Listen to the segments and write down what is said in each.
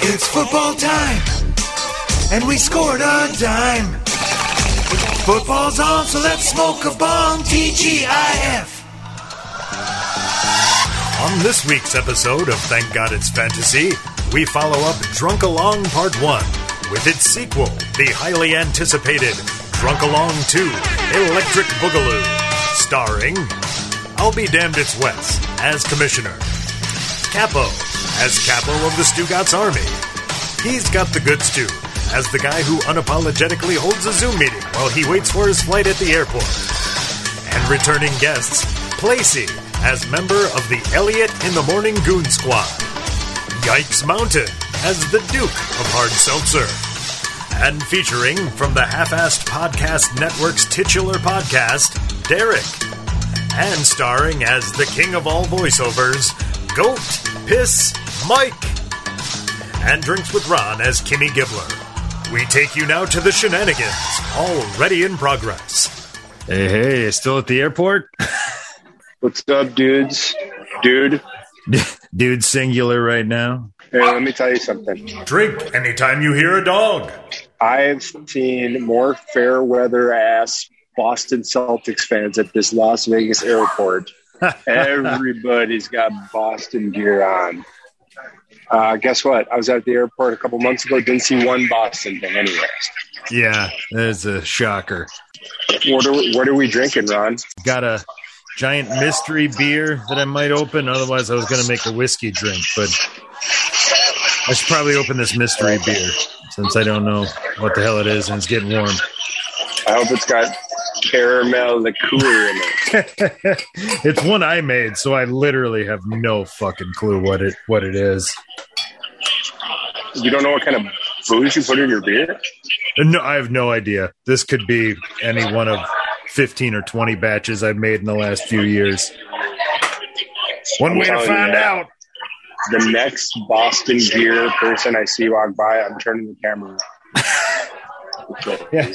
It's football time, and we scored a dime. Football's on, so let's smoke a bomb. TGIF. On this week's episode of Thank God It's Fantasy, we follow up Drunk Along Part 1 with its sequel, the highly anticipated Drunk Along 2 Electric Boogaloo, starring I'll Be Damned It's Wes as Commissioner, Capo as Capo of the Stugatz Army. He's got the goods too, as the guy who unapologetically holds a Zoom meeting while he waits for his flight at the airport and returning guests, Placey as member of the Elliot in the Morning Goon Squad, Yikes Mountain as the Duke of Hard Seltzer, and featuring from the half-assed podcast network's titular podcast, Derek, and starring as the king of all voiceovers, Goat Piss Mike, and drinks with Ron as Kimmy Gibbler. We take you now to the shenanigans, already in progress. Hey, hey, still at the airport? What's up, dudes? Dude, Dude, singular right now. hey, let me tell you something. Drink anytime you hear a dog. I've seen more fair weather ass Boston Celtics fans at this Las Vegas airport. Everybody's got Boston gear on. Uh, guess what? I was at the airport a couple months ago. Didn't see one Boston thing anywhere. Yeah, that's a shocker. What are we, what are we drinking, Ron? Got a giant mystery beer that I might open. Otherwise, I was going to make a whiskey drink, but I should probably open this mystery beer since I don't know what the hell it is and it's getting warm. I hope it's got caramel liqueur in it. it's one I made, so I literally have no fucking clue what it what it is. You don't know what kind of booze you put in your beer? No, I have no idea. This could be any one of 15 or 20 batches I've made in the last few years. One way to Oh, find yeah. out. The next Boston gear person I see walk by, I'm turning the camera. Yeah.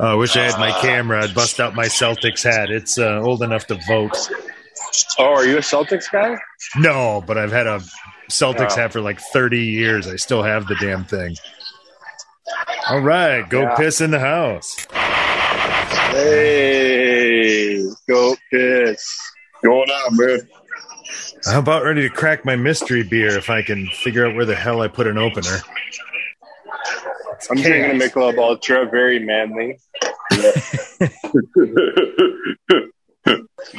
Oh, I wish I had my camera. I'd bust out my Celtics hat. It's uh, old enough to vote. Oh, are you a Celtics guy? No, but I've had a Celtics Yeah. hat for like 30 years. I still have the damn thing. All right, go Yeah. piss in the house. Hey, go piss. Going on, man. I'm about ready to crack my mystery beer if I can figure out where the hell I put an opener. I'm drinking a Michelob Ultra, very manly.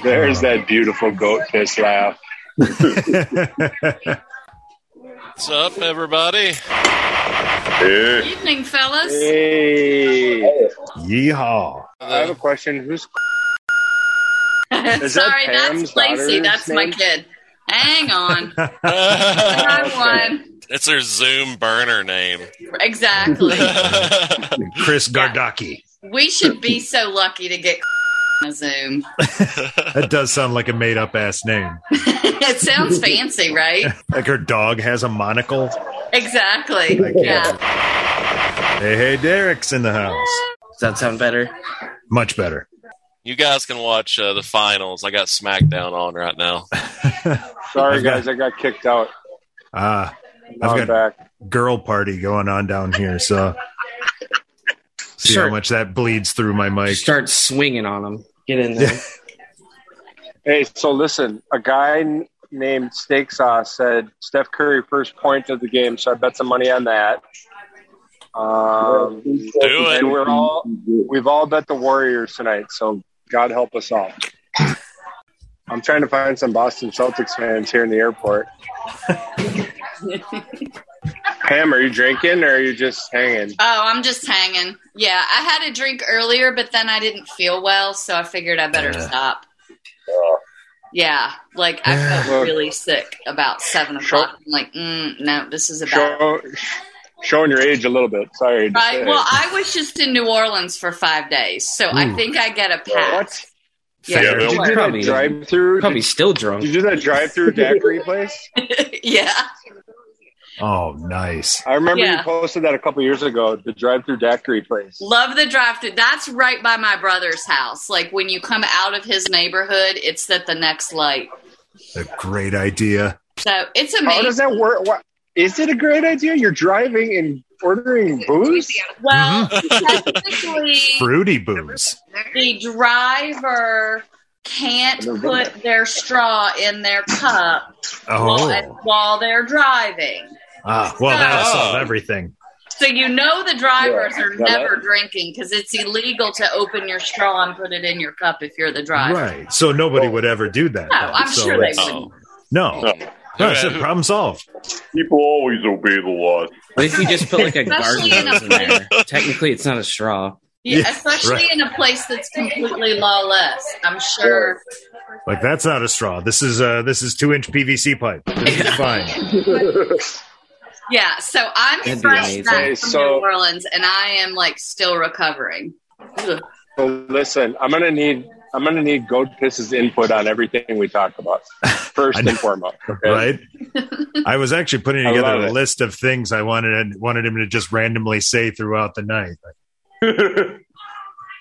There's that beautiful goat piss laugh. What's up, everybody? Evening, fellas. Hey, Yeehaw. I have a question. Who's Is that Sorry, Pam's that's Lacey. daughter's That's my name? kid. Hang on. Wrong one. it's her Zoom burner name. Exactly. Chris Gardaki. we should be so lucky to get on a Zoom. That does sound like a made up ass name. it sounds fancy, right? Like her dog has a monocle. Exactly. Like, Yeah. Hey, hey, Derek's in the house. Does that sound better? Much better. you guys can watch uh, the finals. I got SmackDown on right now. Sorry, I've got- guys, I got kicked out. Ah, Now I've I'm got back. girl party going on down here, so see Sure. how much that bleeds through my mic. Start swinging on them. Get in there. Hey, so listen, a guy n- named Steak Sauce said Steph Curry first point of the game, so I bet some money on that. Um, Do it. and we're all we've all bet the Warriors tonight, so God help us all. I'm trying to find some Boston Celtics fans here in the airport. Pam, are you drinking or are you just hanging? Oh, I'm just hanging. Yeah, I had a drink earlier, but then I didn't feel well, so I figured I better Yeah. stop. Yeah, like I felt Look. really sick about seven Sure. o'clock. I'm like, mm, no, this is about Show, showing your age a little bit. Sorry. to Right. say. Well, I was just in New Orleans for five days, so I Ooh. think I get a pass. what? Yeah, Yeah, Did you do Probably- that drive through? Probably Did still drunk. you do that drive through daiquiri place? yeah. Oh, nice. I remember Yeah. you posted that a couple years ago. The drive through daiquiri place. Love the drive through. That's right by my brother's house. Like when you come out of his neighborhood, it's at the next light. A great idea. So it's How does amazing. that work? What? Is it a great idea? You're driving and ordering booze? Well, technically, Fruity booze. the driver can't put their straw in their cup while, Oh, while they're driving. ah, well, that'll Oh. solve everything. So you know the drivers Yeah, are got never drinking because it's illegal to open your straw and put it in your cup if you're the driver. Right. So nobody would ever do that. No, then. I'm So sure they it's- wouldn't. No. No. No, I said problem solved. People always obey the law. What if you just put like a Especially in garden hose a- in there? Technically, it's not a straw. Yeah, Yeah, especially right. in a place that's completely lawless. I'm sure. Like that's not a straw. This is uh this is two inch PVC pipe. This is fine. Yeah, so I'm That'd be fresh amazing. back from So- New Orleans, and I am like still recovering. Ugh. So listen, I'm gonna need I'm gonna need Goat Piss's input on everything we talk about. First I know. and foremost. Okay. Right? I was actually putting I together love a it. list of things I wanted wanted him to just randomly say throughout the night.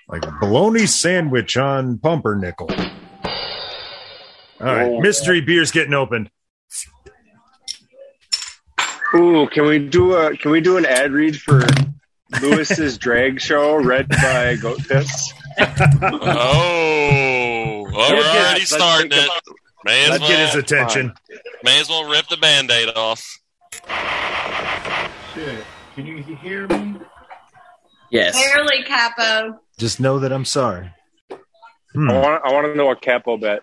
Like bologna sandwich on pumpernickel. All right, Oh, mystery beer's getting opened. Ooh, can we do a can we do an ad read for Lewis's drag show read by Goat Piss? Oh, well, we're Let's get- already let's starting think it. May as, That get well, his attention. may as well rip the band aid off. Can you hear me? Yes. Barely, Capo. Just know that I'm sorry. Hmm. I want I want to know what Capo bet.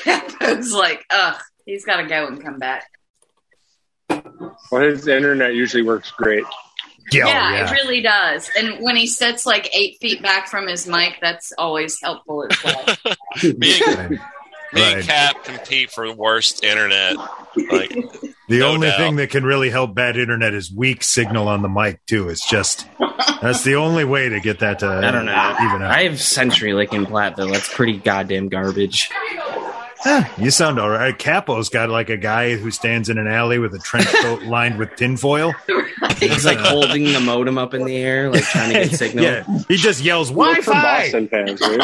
Capo's like, ugh, he's got to go and come back. Well, his internet usually works great. Yeah, oh, yeah, yeah. it really does. And when he sits like eight feet back from his mic, that's always helpful as well. Me and, Right. me and Right. Cap compete for worst internet. Like, The No only doubt. thing that can really help bad internet is weak signal on the mic too. It's just that's the only way to get that to I don't know. even out. I have CenturyLink in Platteville. That's pretty goddamn garbage. Ah, you sound all right. Capo's got like a guy who stands in an alley with a trench coat lined with tinfoil. He's like holding the modem up in the air, like trying to get signal. Yeah, he just yells We're from Wi-Fi. Boston fans, dude.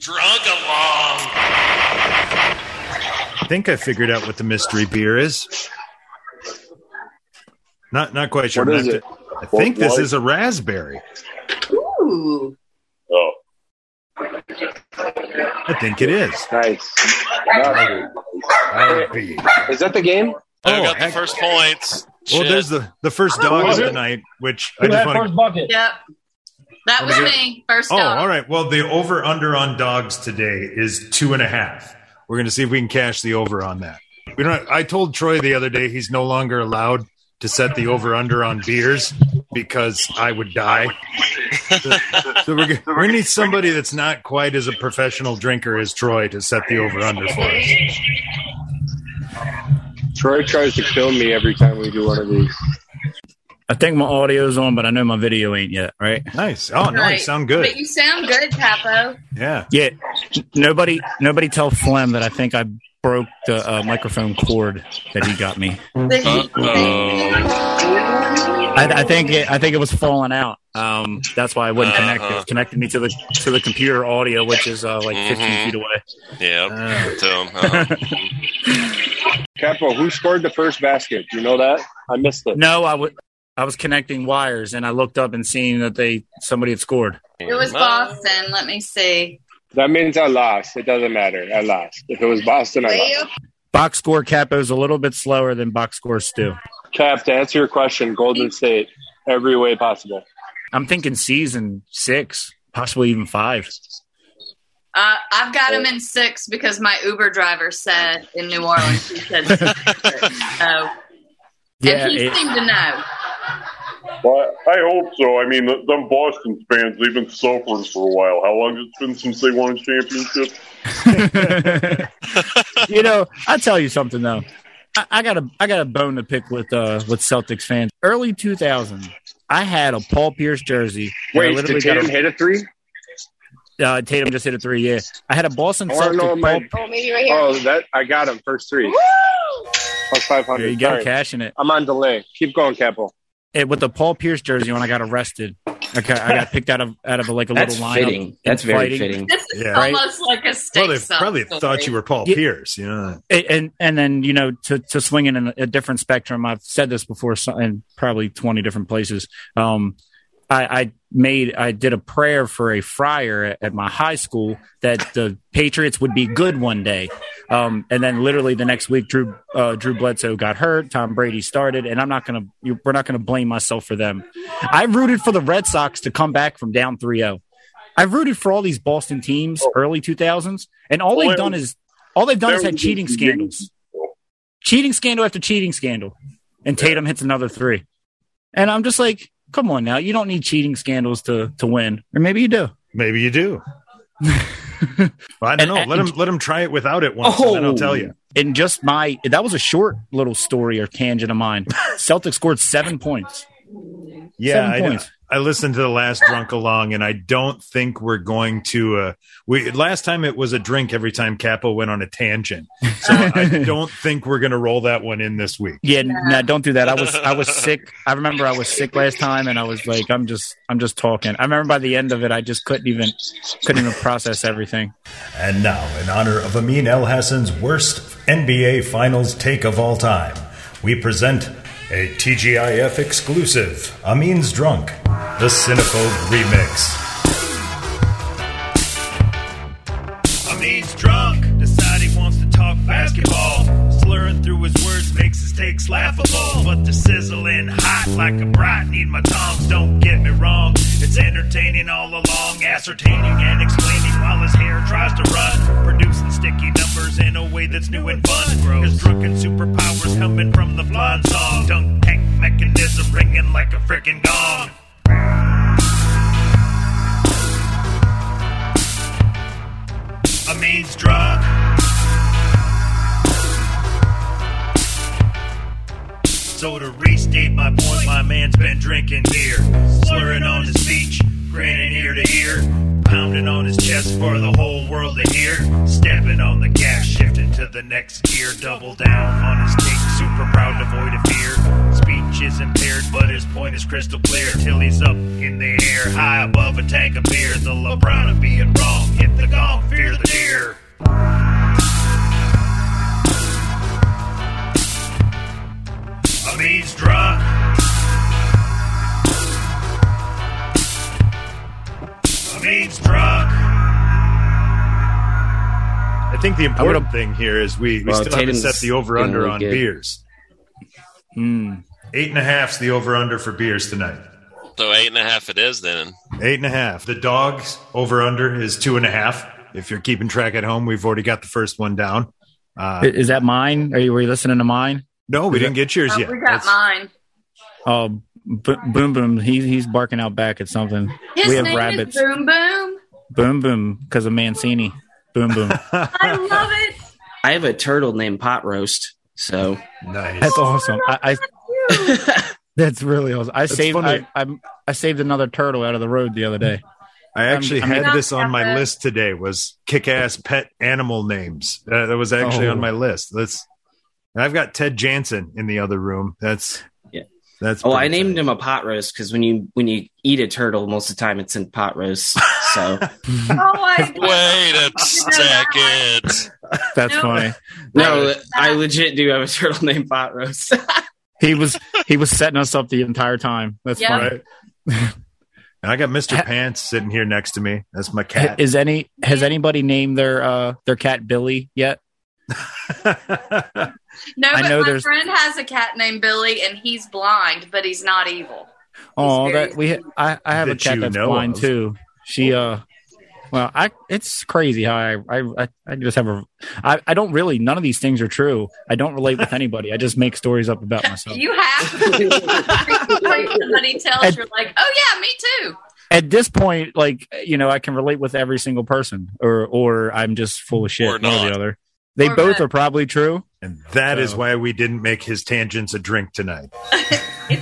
drunk along. I think I figured out what the mystery beer is. Not not quite sure. What I'm is gonna it? have to- I think What- this what? is a raspberry. Ooh, Oh, I think it is. Nice. Nice. Is that the game? I Oh, got the heck. first points. Well, Shit. there's the the first dog of Was the it? night, which I Who just had want to first bucket? yep. That was Okay. me. First Oh, dog. all right. Well, the over under on dogs today is two and a half. We're going to see if we can cash the over on that. We don't. I told Troy the other day he's no longer allowed to set the over under on beers because I would die. so so we're, g- we need somebody that's not quite as a professional drinker as Troy to set the over under for us. Troy tries to kill me every time we do one of these. I think my audio's on, but I know my video ain't yet, right? Nice. Oh, no, you Right. sound But good. you sound good, Capo. Yeah. Yeah. Nobody nobody tell Flem that I think I broke the uh, microphone cord that he got me. Uh-oh. I, I think it, I think it was falling out. Um, that's why I wouldn't connect. It Uh-huh. was connecting me to the to the computer audio, which is uh, like 15 Mhm. feet away. Yep. Uh, So, uh, Capo, who scored the first basket? Do you know that? I missed it. No, I would. I was connecting wires, and I looked up and seen that they somebody had scored. It was Boston. Let me see. That means I lost. It doesn't matter. I lost. If it was Boston, I lost. Leo Box score Capo's a little bit slower than box score Stu. Cap, to answer your question, Golden State, every way possible. I'm thinking season six, possibly even five. Uh, I've got him in six because my Uber driver said in New Orleans, he said, oh, Yeah, and he it- seemed to know. well, I hope so. I mean, th- them Boston fans, they've been suffering for a while. How long has it been since they won a championship? you know, I tell you something though. I, I got a I got a bone to pick with uh with Celtics fans. Early 2000, I had a Paul Pierce jersey. and Wait, I did literally got Tatum a- hit a three? uh, Tatum just hit a three. Yeah, I had a Boston I want to know Celtics. Paul, my. Oh, that I got him first three. Plus five there you hundred. go, Sorry, cashing it. I'm on delay. Keep going, Capo. it. With the Paul Pierce jersey on, I got arrested, and I got, I got picked out of out of like a That's little lineup. fitting. That's in very fighting. fitting. This is Yeah. Right. almost like a steak. Well, they probably story. thought you were Paul Yeah. Pierce. You know, And- and and then you know to to swing it in a, a different spectrum. I've said this before so- in probably twenty different places. Um, I, I made I did a prayer for a friar at, at my high school that the Patriots would be good one day. Um, and then literally the next week, Drew uh, Drew Bledsoe got hurt. Tom Brady started, and I'm not gonna you, we're not gonna blame myself for them. I rooted for the Red Sox to come back from down 3-0. I've rooted for all these Boston teams early 2000s, and all Well, they've done is all they've done is there had was cheating this scandals, cheating scandal after cheating scandal, and Tatum hits another three, and I'm just like, come on now, you don't need cheating scandals to to win, or maybe you do. maybe you do. Well, I don't And- know. and- Oh, let him let him try it without it once, and then I'll tell you. And just my that was a short little story or tangent of mine. Celtics scored seven points. Yeah, Seven I, points. I listened to the last drunk along, and I don't think we're going to. Uh, we last time it was a drink every time Capo went on a tangent, so I don't think we're going to roll that one in this week. Yeah, no, don't do that. I was I was sick. I remember I was sick last time, and I was like, I'm just I'm just talking. I remember by the end of it, I just couldn't even couldn't even process everything. And now, in honor of Amin El Hassan's worst NBA Finals take of all time, we present a TGIF exclusive Amin's Drunk, the Cinephobe Remix. Amin's drunk, decide he wants to talk basketball. Slurring through his words makes his takes laughable. But the sizzling hot like a brat need my tongs, don't get me wrong. It's entertaining all along, ascertaining and explaining while his hair tries to run. Producing sticky numbers in a way that's new and fun. His drunken superpowers coming from the blonde song. Dunk tank mechanism ringing like a freaking gong. Amin's drunk. So to restate my point, my man's been drinking beer, slurring on his speech, grinning ear to ear, pounding on his chest for the whole world to hear, stepping on the gas, shifting to the next gear, double down on his take, super proud, devoid of fear. Speech is impaired, but his point is crystal clear. Till he's up in the air, high above a tank of beer, the LeBron of being wrong, hit the gong, fear the deer. Amin's drunk. Amin's drunk. I think the would've- important thing here is we, we Well, still haven't Tatum's set the over getting under really on good. beers. Hmm. Eight and a half's the over under for beers tonight. So eight and a half it is then. Eight and a half. The dog's over under is two and a half. If you're keeping track at home, we've already got the first one down. I- Uh, Is that mine? Are you were you listening to mine? no, we didn't get yours Oh, yet. we got That's- mine. Oh, bo boom boom. He he's barking out back at something. His we have name rabbits. is Boom Boom. boom boom because of Mancini. Boom boom. I love it. I have a turtle named Pot Roast. So nice. That's awesome. I, I that's really awesome. I saved funny. I, I I saved another turtle out of the road the other day. I actually I'm- I'm- had this on my list today was kick-ass pet animal names. Uh, that was actually Oh. on my list. That's and I've got Ted Jansen in the other room. That's Yeah. That's Oh, pretty I named funny. him a pot roast because when you when you eat a turtle, most of the time it's in pot roast. So Oh, I Wait a second. That's No. funny. no, I legit do have a turtle named Pot Roast. He was he was setting us up the entire time. That's Yeah. funny. Right. And I got Mr. Pants sitting here next to me. That's my Ha- cat. Is any has anybody named their uh their cat Billy yet? No, I but know my there's- friend has a cat named Billy, and he's blind, but he's not evil. Oh, very- that we ha- I I have a That cat you that's know blind of. too. She uh well, I it's crazy how I I I- I just have a I I don't really none of these things are true. I don't relate with anybody. I just make stories up about myself. You have to. Like, somebody tells And- you're like, oh yeah, me too. At this point, like you know, I can relate with every single person, or or I'm just full of shit. Or one or not. the other. They Or both not. are probably true. and that is So- why we didn't make his tangents a drink tonight.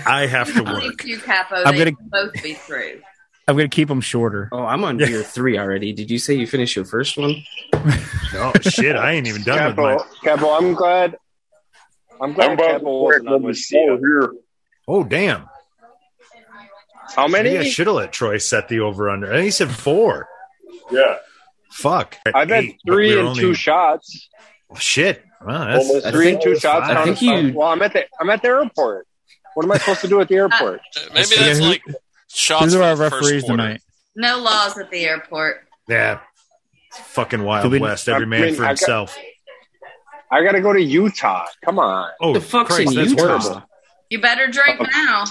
I have to Only work. two capo. I'm they gonna- can both be true. I'm gonna keep them shorter. oh, I'm on beer three already. Did you say you finished your first one? Oh shit, I ain't even done with Capo, my Capo, I'm glad. I'm I'm glad about to Capo crack wasn't on number this deal. four here. Oh damn. How many? oh, Maybe I should have let Troy set the over under. And he said four. Yeah. Fuck. I've had Eight, but three we're and only- two shots. Shit. Wow, that's, Almost I three and think- two shots. I on think the you- Well, I'm at the I'm at the airport. What am I supposed to do at the airport? Maybe Yeah, that's who- like shots. These for are our the first referees quarter. tonight. No laws at the airport. yeah. Fucking wild Did we- west. Every I man mean, for I got- himself. I got to go to Utah. Come on. oh, the fuck's Christ, in that's Utah? horrible. You better drink now.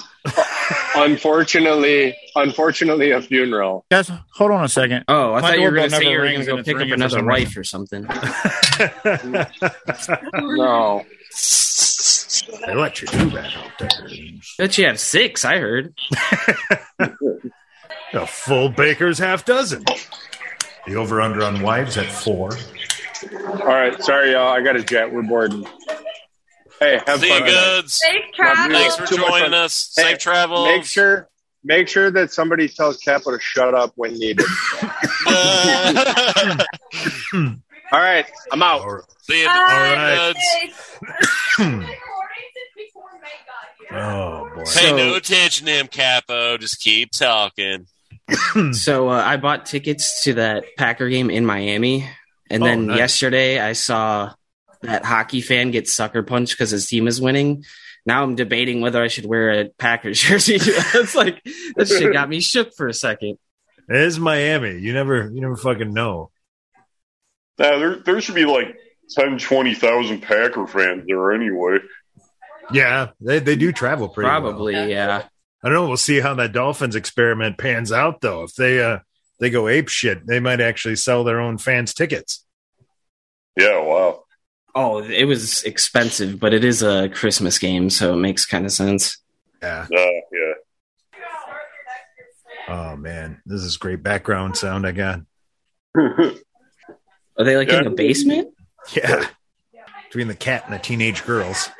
Unfortunately, unfortunately, a funeral. Guys, hold on a second. Oh, I My thought you were going to doorbell say you never were going rings to go and it's pick up ringing for another some wife or something. No, They let you do that out there. Bet you have six. I heard. A full baker's half dozen. The over under on wives at four. all right. Sorry, y'all. I got a jet. We're boarding. Hey, have See fun. you, goods. Safe Thanks travels. for Too much joining fun. us. Hey, Safe travels. Make sure, make sure that somebody tells Capo to shut up when needed. Uh, All right, I'm out. Or- See you, right. goods. Oh, boy. Pay So- no attention to him, Capo. Just keep talking. Hmm. So uh, I bought tickets to that Packer game in Miami, and Oh, then nice. yesterday I saw that hockey fan get sucker punched because his team is winning. Now I'm debating whether I should wear a Packers jersey. it's like that shit got me shook for a second. It is Miami. You never, you never fucking know. Nah, there, there should be like 10, 20,000 Packer fans there anyway. Yeah, they, they do travel pretty well. Probably, yeah. I don't know. We'll see how that Dolphins experiment pans out, though. If they uh they go ape shit, they might actually sell their own fans tickets. Yeah, wow. Oh, it was expensive, but it is a Christmas game, so it makes kind of sense. Yeah. Nah, yeah. Oh man, this is great background sound I got. Are they like in Yeah. the basement? Yeah. Between the cat and the teenage girls.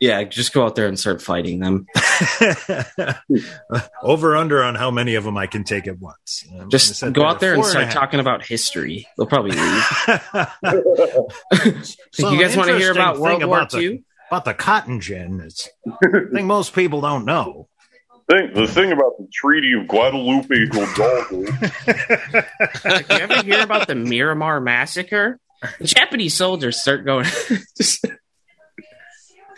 Yeah, just go out there and start fighting them. Over under on how many of them I can take at once. I'm gonna Just set go that out at there and four start a half. talking about history. They'll probably leave. So you guys want to hear interesting about World thing War about the- II? About the cotton gin, it's I think most people don't know. Thing, the thing about the Treaty of Guadalupe Hidalgo. Like, you ever hear about the Miramar massacre? The Japanese soldiers start going, just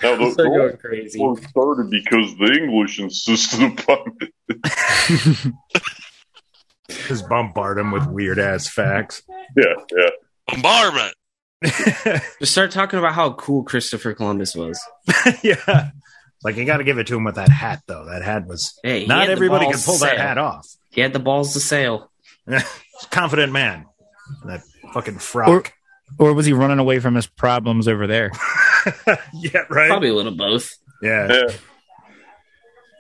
Now, the, start the going crazy. war started because the English insisted upon it. Just bombard them with weird ass facts. Yeah, yeah. Bombardment. Just start talking about how cool Christopher Columbus was. yeah. Like you got to give it to him with that hat, though. That hat was Hey, he had not the everybody balls could pull to that sail. hat off. He had the balls to sail. Confident man, that fucking frock. Or was he running away from his problems over there? yeah, right. Probably a little of both. Yeah, yeah.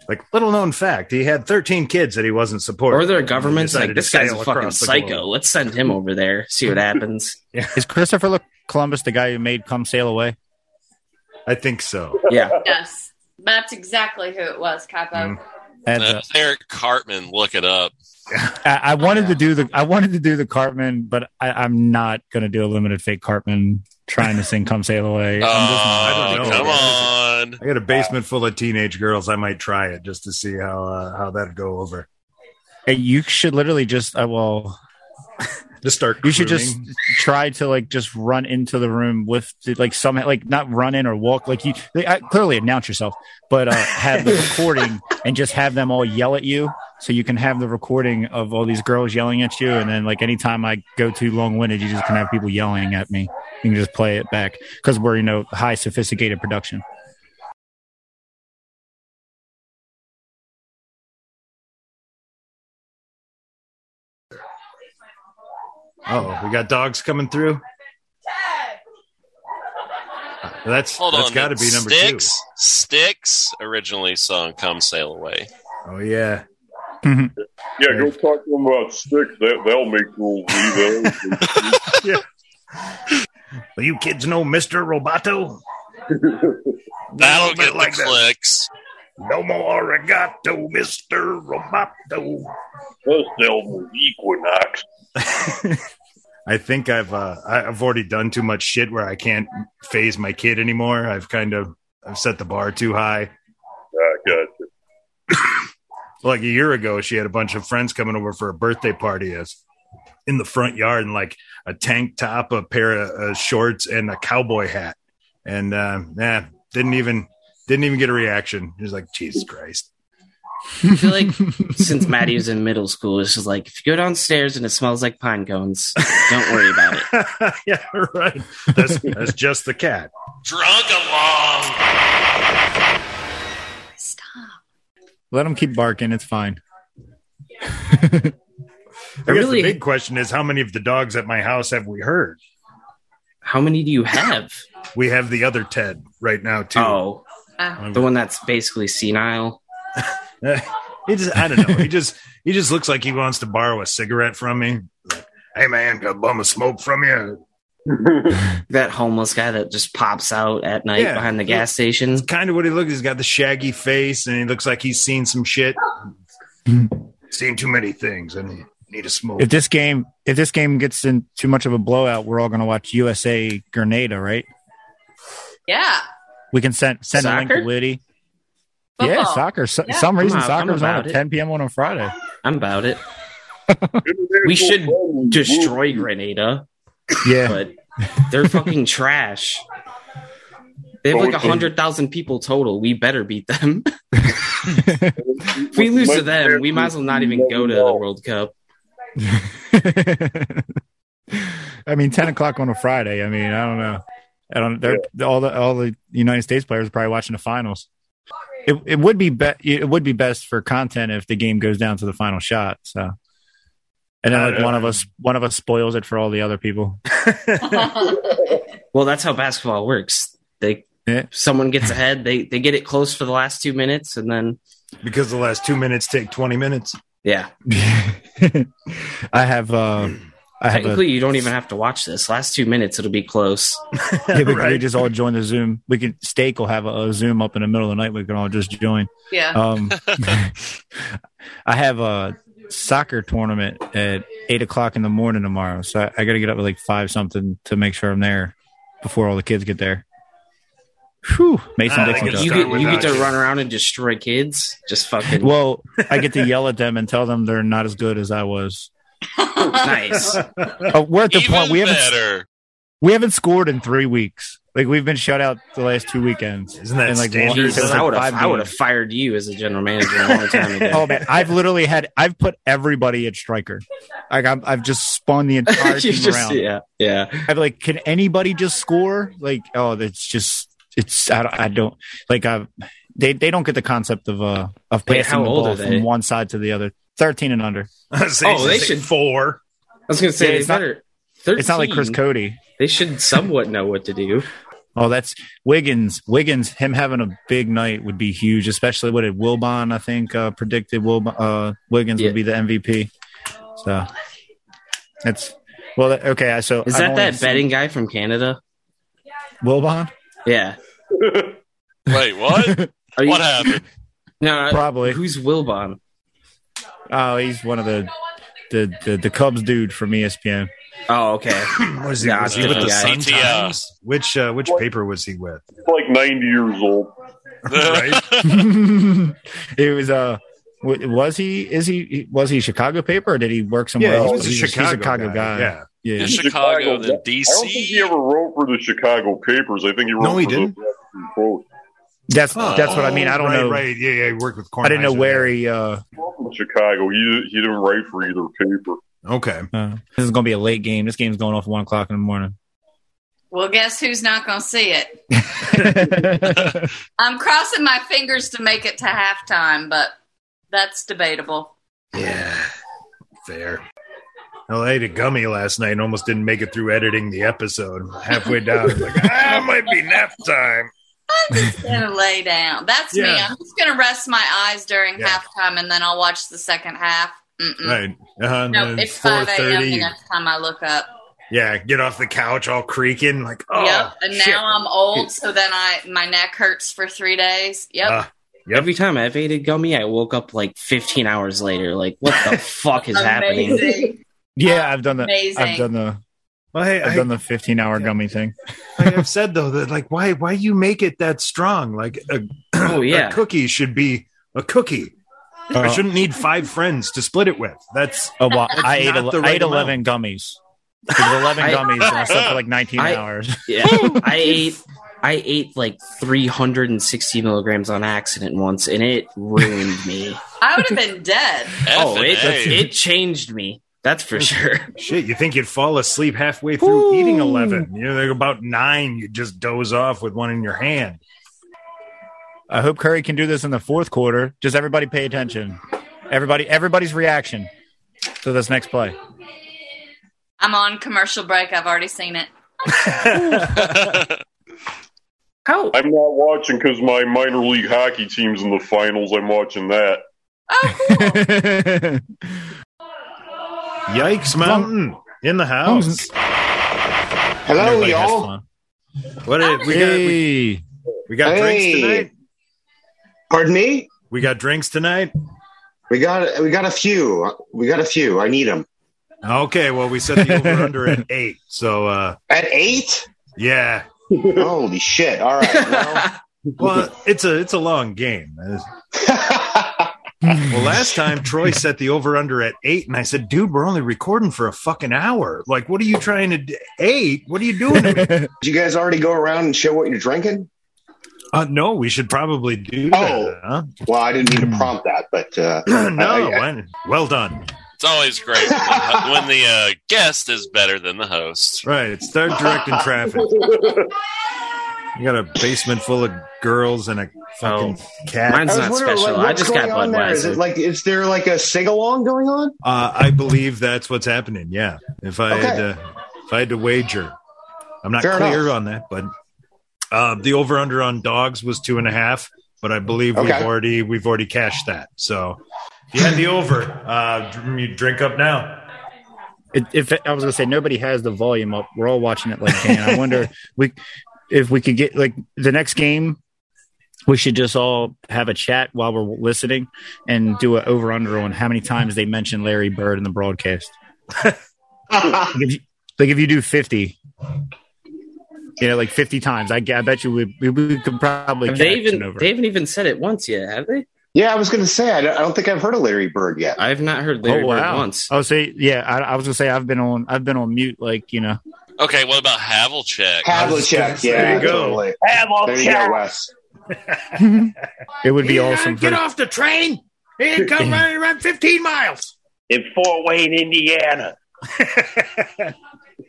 like little known fact, he had 13 kids that he wasn't supporting. Or their government's He like, decided this to guy's sail a fucking across the globe. psycho. Let's send him over there, see what happens. Is Christopher Lo- Columbus the guy who made "Come Sail Away"? I think so. yeah. Yes. That's exactly who it was, Capo. Mm. And, That uh, was Eric Cartman. Look it up. I, I wanted to do the I wanted to do the Cartman, but I, I'm not going to do a limited fake Cartman trying to sing "Come Sail Away." Oh, I don't know. come on. I got a basement full of teenage girls. I might try it just to see how uh, how that'd go over. Hey, you should literally just uh, well, Just start. you should crooning. just try to like just run into the room with like somehow like not run in or walk like you like, I, clearly announce yourself, but uh, have the recording and just have them all yell at you. So you can have the recording of all these girls yelling at you, and then like anytime I go too long winded, you just can have people yelling at me. You can just play it back because we're you know high sophisticated production. Oh, we got dogs coming through. That's Hold that's on. got to be number Sticks, Sticks originally sung Come Sail Away. two. Oh yeah. Yeah, go talk to them about sticks. That, that'll make them leave. Well, you kids know Mr. Roboto? That'll bit get like the that. clicks. No more arigato, Mr. Roboto. They'll sell them Equinox. I think I've uh, I- I've already done too much shit where I can't phase my kid anymore. I've kind of I've set the bar too high. like a year ago, she had a bunch of friends coming over for a birthday party as in the front yard and like a tank top, a pair of uh, shorts, and a cowboy hat. And uh, nah, didn't even didn't even get a reaction. It was like Jesus Christ. I feel like since Maddie was in middle school, it's just like if you go downstairs and it smells like pine cones, don't worry about it. yeah, right. That's that's just the cat. Drunk along. Stop. Let them keep barking. It's fine. I guess really- the big question is how many of the dogs at my house have we heard? How many do you have? We have the other Ted right now too. Oh, Oh. the one that's basically senile. he just I don't know. He just he just looks like he wants to borrow a cigarette from me. Like, hey man, got a bum of smoke from you? That homeless guy that just pops out at night Yeah. behind the gas station. Kind of what he looks. He's got the shaggy face, and he looks like he's seen some shit, seen too many things, and he need a smoke. If this game, if this game gets in too much of a blowout, we're all going to watch USA Grenada, right? Yeah. We can send send a link to Soccer? Liddy. Football. Yeah, soccer. So, Yeah, some reason I'm- soccer I'm was on about at it. 10 p.m. on a Friday. I'm about it. We should Destroy Grenada, Yeah, but they're fucking trash. They have like a hundred thousand people total. We better beat them. If we lose to them, we might as well not even go to the World Cup. I mean, 10 o'clock on a Friday. I mean, I don't know. I don't. They're all the all the United States players are probably watching the finals. It it would be be it would be best for content if the game goes down to the final shot. So, and then Uh, like one of us one of us spoils it for all the other people. Well, that's how basketball works. They Yeah. someone gets ahead, they they get it close for the last two minutes, and then because the last two minutes take twenty minutes. yeah. I have uh, I have a Technically, you don't even have to watch this. Last two minutes, it'll be close. Yeah, we, we Right. just all join the Zoom. We can stake will have a, a Zoom up in the middle of the night. We can all just join. Uh, Yeah. Um, I have a soccer tournament at eight o'clock in the morning tomorrow, so I, I got to get up at like five something to make sure I'm there before all the kids get there. Whew, Mason Ah, Dixon. they can does. You start get you get to without you. run around and destroy kids. Just fucking Well, I get to yell at them and tell them they're not as good as I was. nice. Oh, we're at the Even point we haven't better. we haven't scored in three weeks. Like we've been shut out the last two weekends. Isn't that And, like, standard? one- Jesus, I would five have I would have games. fired you as a general manager a long time ago. Oh man, I've literally had I've put everybody at striker. Like I'm, I've just spun the entire You team just- around. yeah, yeah. I'm like, can anybody just score? Like, oh, that's just it's. I don't, I don't like. I they they don't get the concept of uh of Wait, passing how the old ball are they? from one side to the other. Thirteen and under. Oh, they should- four. I was gonna say Yeah, they it's not- better. It's not like Chris 13, Cody. They should somewhat know what to do. Oh, that's Wiggins. Wiggins, him having a big night would be huge, especially what did Wilbon I think uh, predicted. Wilbon uh, Wiggins Yeah. would be the MVP. So that's well. that- Okay, so Is I've that only that seen- betting guy from Canada? Wilbon? Yeah. Wait, what? Are you- what happened? No, no, Probably. who's Wilbon? Oh, he's one of the the, the the Cubs dude from E ESPN. Oh, okay. Was he, Nah, was he it's with the different Sun guy. CTR. Times? Which uh, which paper was he with? like 90 years old. it was uh w- was he is he was he a Chicago paper or did he work somewhere Yeah, else? he was a He's Chicago, he's a Chicago guy. Yeah, Yeah. In He's Chicago, Chicago. then I don't think he DC. ever wrote for the Chicago papers. I think he wrote No, he for didn't. the quote. That's that's Oh, what I mean. I don't right, know. Right? Yeah, yeah. He worked with. Kornheiser I didn't know where he uh, From Chicago. He, he didn't write for either paper. Okay. uh this is gonna be a late game. This game's going off at one o'clock in the morning. Well, guess who's not going to see it? I'm crossing my fingers to make it to halftime, but that's debatable. Yeah. Fair. Well, I ate a gummy last night and almost didn't make it through editing the episode. Halfway down, I'm like, ah, it might be nap time. I'm just going to lay down. That's me. Yeah. I'm just going to rest my eyes during Yeah. halftime and then I'll watch the second half. Mm-mm. Right. Uh, No, it's 5 a.m. the 4:30. next time I look up. Yeah, get off the couch all creaking, like, oh, yep. And shit. now I'm old, so then I my neck hurts for three days. Yep. Ah, Every time I've ate a gummy, I woke up like 15 hours later. Like, what the fuck is happening? Amazing. yeah, I've done the Amazing. I've done the well, hey, I've I, done the fifteen hour gummy thing. I have said though that like, why, why you make it that strong? Like, a, Oh, a yeah. cookie should be a cookie. Uh, I shouldn't need five friends to split it with. That's Oh, well, I ate, not ele- the I right ate 11 gummies. It was 11 I- gummies and I slept for like 19 I- hours. Yeah, I ate I ate like 360 milligrams on accident once, and it ruined me. I would have been dead. oh, F it and A. it changed me. That's for sure. shit. You think you'd fall asleep halfway through eating eleven? You know, like about nine, you just doze off with one in your hand. I hope Curry can do this in the fourth quarter. Just everybody pay attention. Everybody, everybody's reaction to this next play. I'm on commercial break. I've already seen it. How I'm not watching because my minor league hockey team's in the finals. I'm watching that. Oh, cool. Yikes, Mountain in the house. Hello, y'all. What a, we got? We, Hey. we got Hey. drinks tonight. Pardon me? We got drinks tonight. We got we got a few. We got a few. I need them. Okay, well, we set the over under at eight. So, uh, At eight? yeah. Holy shit! All right. Well, Well, it's a it's a long game. Well, last time Troy set the over under at eight, and I said, "Dude, we're only recording for a fucking hour. Like, what are you trying to do? eight? What are you doing to me?" did you guys already go around and show what you're drinking? uh, no, we should probably do that. Oh. huh? Well, I didn't mean to prompt that, but uh, no, I- I- I- well done. It's always great when the, when the uh, guest is better than the host. Right, start directing traffic. You got a basement full of girls and a fucking cat. Mine's I not was wondering, special. like, I what's just got going on there? Is Budweiser. it like is there like a sing along going on? Uh, I believe that's what's happening. Yeah. If I had Okay. to, if I had to wager, I'm not Fair clear enough. on that, but uh, the over under on dogs was two and a half, but I believe we've Okay. already we've already cashed that. So if you had the over. Uh, dr- you drink up now. It, if I was gonna say nobody has the volume up, we're all watching it like Dan. I wonder we if we could get like the next game. We should just all have a chat while we're listening and do an over under on how many times they mention Larry Bird in the broadcast. like, if you, like if you do fifty, you know, like fifty times, I, I bet you we, we, we could probably Have they catch an even over. they haven't even said it once yet, have they? Yeah, I was going to say I don't, I don't think I've heard of Larry Bird yet. I've not heard Larry Bird once. Oh, so yeah, I, I was gonna say I've been on I've been on mute, like you know. Okay, what about Havlicek? Havlicek, yeah, There you go. totally. There you go, Wes. It would be awesome. for- off the train. He didn't come running around 15 miles. In Fort Wayne, Indiana.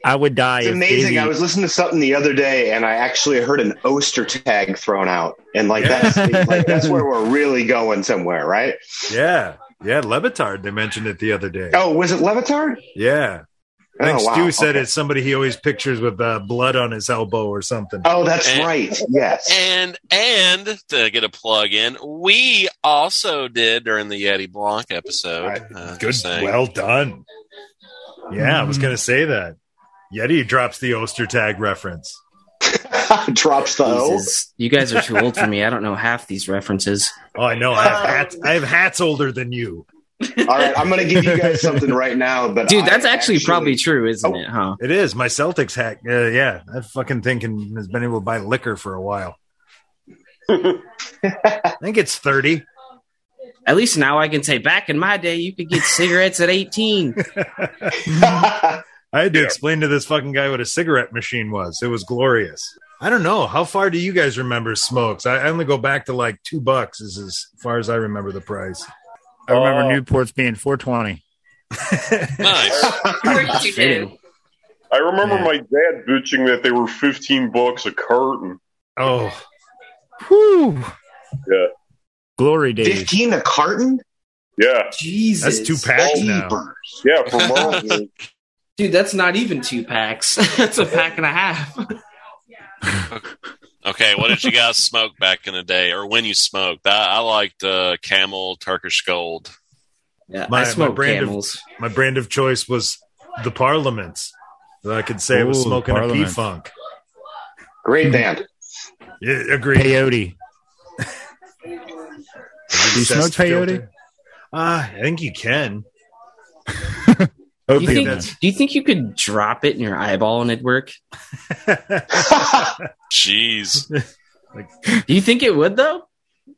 I would die. It's if amazing. Davey- I was listening to something the other day, and I actually heard an Oster tag thrown out, and like Yeah. that's like that's where we're really going somewhere, right? Yeah. Yeah. Levitard, they mentioned it the other day. Oh, was it Levitard? Yeah. I think oh, wow. Stu said Okay. it's somebody he always pictures with uh, blood on his elbow or something. Oh, that's And- right. Yes. And and to get a plug in, we also did during the Yeti Blanc episode. Uh, Good. just saying. Well done. Yeah, I Hmm. was going to say that. Yeti drops the Oster tag reference. Drops the O. Jesus. You guys are too old for me. I don't know half these references. Oh, I know. I have hats. I have hats older than you. All right, I'm going to give you guys something right now, but Dude, I that's actually, probably true, isn't Oh. it? Huh? It is my Celtics hat. Uh, yeah, that fucking thing can, has been able to buy liquor for a while. I think it's thirty. At least now I can say back in my day you could get cigarettes at 18. I had to explain to this fucking guy what a cigarette machine was. It was glorious. I don't know. How far do you guys remember smokes? I I only go back to like two bucks is as far as I remember the price. I remember Oh. Newport's being 420. Nice. Of course you do. Fitting. I remember Yeah. my dad bitching that they were 15 bucks a carton. Oh, Whew. Yeah. Glory days. fifteen a carton. Yeah. that's two packs now. Jeebers. Yeah. For Marvel. Dude, that's not even two packs. that's a pack and a half. Okay, what did you guys smoke back in the day, or when you smoked? I, I liked uh, Camel Turkish Gold. Yeah, My- my I smoke brand of- camels. My brand of choice was the Parliaments. So I could say I was Ooh, smoking a P Parliaments. funk. Great band. Yeah, agreed. Peyote. you smoke peyote? Uh, I think you can. Do you, think, that's- do you think you could drop it in your eyeball and it'd work? Jeez, Do you think it would though?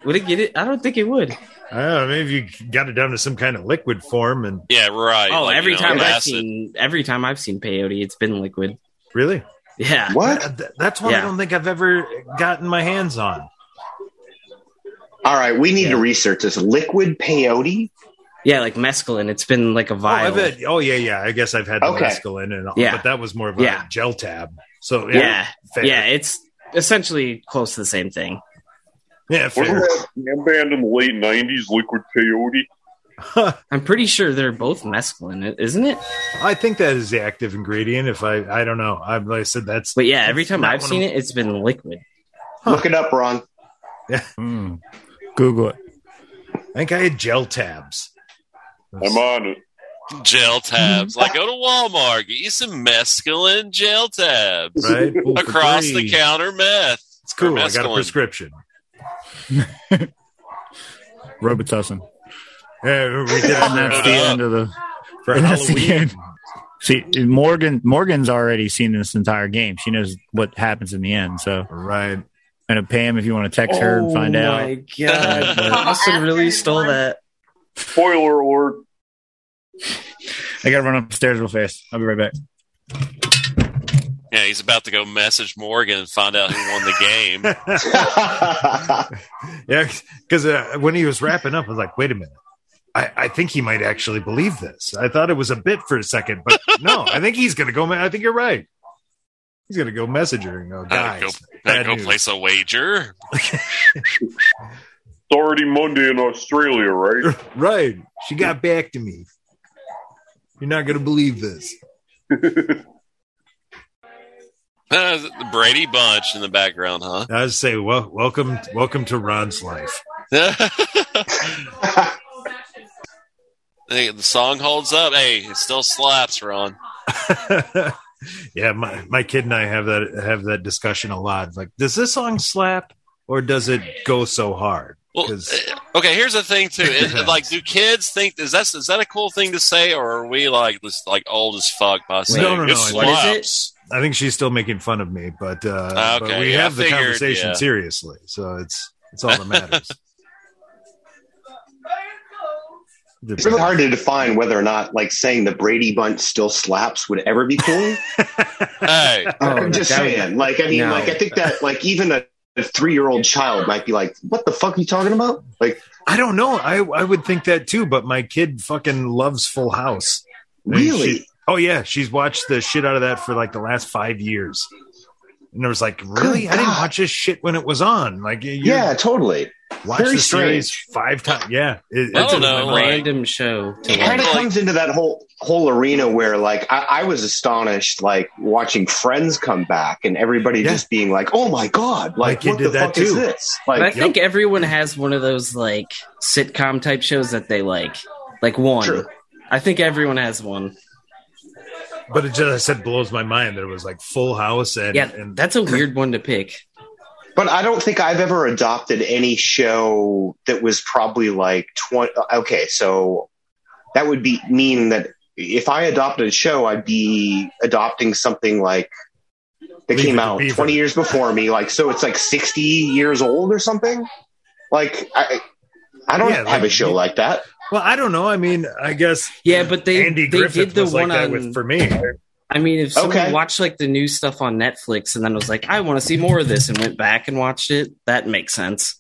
Would it get it? I don't think it would. I don't know. Maybe if you got it down to some kind of liquid form and Yeah, right. Oh, Like, every you know, time I've acid. seen every time I've seen peyote, it's been liquid. really, Yeah. What? Th- that's one I Yeah. don't think I've ever gotten my hands on. All right, we need to research this. Liquid peyote? Yeah, like mescaline. It's been like a Oh, vial. I've had, oh yeah, yeah. I guess I've had the Okay. mescaline and all, Yeah. but that was more of a Yeah. gel tab. So yeah, yeah. fair. Yeah, it's essentially close to the same thing. yeah, Wasn't fair. that jam band in the late '90s, Liquid Peyote? I'm pretty sure they're both mescaline, isn't it? I think that is the active ingredient. If I, I don't know. I, like I said that's But yeah, every time Not I've one seen of- it, it's been liquid. Look it up, Ron. Mm. Google it. I think I had gel tabs. I'm on it. Gel Mm-hmm. tabs. like, go to Walmart, get you some mescaline gel tabs. Right Ooh, for Across free. the counter meth. It's cool. or I got a mescaline. prescription. Robitussin. Yeah, we did on And that's that the Uh, end of the. for and that's the Halloween. end. See, Morgan. Morgan's already seen this entire game. She knows what happens in the end. So, Right. and Pam, if you want to text her and find Oh out, my god. I must have really stole that. Spoiler alert. I gotta run upstairs real fast. I'll be right back. Yeah, he's about to go message Morgan and find out who won the game. Yeah, because uh, when he was wrapping up, I was like, wait a minute. I, I think he might actually believe this. I thought it was a bit for a second, but no, I think he's going to go. ma- I think you're right. He's going to go message her and go, Uh, guys, go, uh, bad go news." place a wager. It's already Monday in Australia, right? Right. She got back to me. You're not going to believe this. Uh, the Brady Bunch in the background, huh? I was say, well, welcome, welcome to Ron's life. Hey, the song holds up. Hey, it still slaps, Ron. yeah, my, my kid and I have that have that discussion a lot. Like, does this song slap or does it go so hard? Well, 'Cause- uh, okay. Here's the thing, too. It- it, like, do kids think is that is that a cool thing to say, or are we like just like old as fuck by saying no, no, it no, I- slaps? What is it? I think she's still making fun of me, but uh, Ah, but okay, we yeah, have I the figured, conversation yeah. seriously, so it's it's all that matters. It's really hard to define whether or not, like, saying the Brady Bunch still slaps would ever be cool. Hey, Oh, I'm just that would- saying. like, I mean, No. like, I think that, like, even a, a three year old child might be like, what the fuck are you talking about? Like, I don't know. I I would think that too, but my kid fucking loves Full House. I mean, really? she- oh yeah, she's watched the shit out of that for like the last five years. And I was like, really? I didn't God. watch this shit when it was on. Like, you yeah, totally. watch very the series five times. Yeah, it, I don't in my know, mind. like- Random show. To It kind watch. of Like- comes into that whole whole arena where, like, I, I was astonished, like, watching Friends come back and everybody Yeah. just being like, "Oh my god, My like, kid what did the that fuck is too. this?" But I Like, think everyone has one of those like sitcom type shows that they like. Like one. True. I think everyone has one. but it just I said blows my mind that it was like Full House and yeah, and that's a weird one to pick. but I don't think I've ever adopted any show that was probably like twenty. Okay, so that would be mean that if I adopted a show, I'd be adopting something like that Leave came it to out Beaver. twenty years before me. Like, so it's like sixty years old or something. Like, I I don't Yeah, have like- a show like that. well, I don't know. I mean, I guess Yeah, but they Andy they Griffith did the was one like that on. with for me. I mean, if someone Okay. watched like the new stuff on Netflix and then was like, "I want to see more of this," and went back and watched it, that makes sense.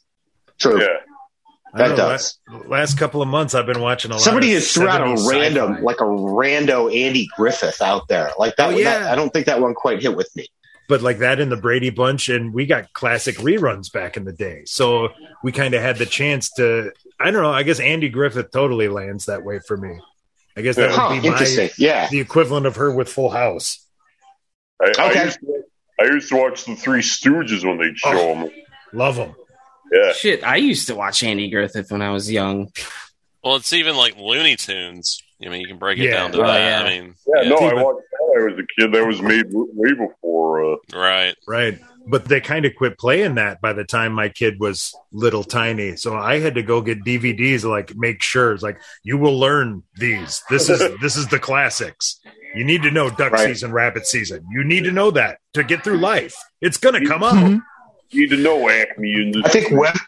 True. Yeah. I don't That know, does. la- Last couple of months, I've been watching a lot. Somebody of has thrown out a 70s sci-fi. random, like a rando Andy Griffith out there. Like that, Oh, one- that- yeah. I don't think that one quite hit with me. but like that in the Brady Bunch, and we got classic reruns back in the day, so we kind of had the chance to. I don't know. I guess Andy Griffith totally lands that way for me. I guess that Huh, would be interesting. my, Yeah. the equivalent of her with Full House. I, I, Okay. used to, I used to watch the Three Stooges when they'd show Oh. them. Love them. Yeah. Shit, I used to watch Andy Griffith when I was young. well, it's even like Looney Tunes. I mean, you can break it Yeah. down to Oh, that. yeah. I mean, Yeah, yeah, no, I watched that when I was a kid. That was made w- way before. Uh, right. Right. But they kind of quit playing that by the time my kid was little tiny. So I had to go get DVDs to like make sure it's like you will learn these. This is this is the classics. You need to know duck Right. season, rabbit season. You need to know Mm-hmm. that to get through life. It's gonna come up. you need to know acne. And I think Wes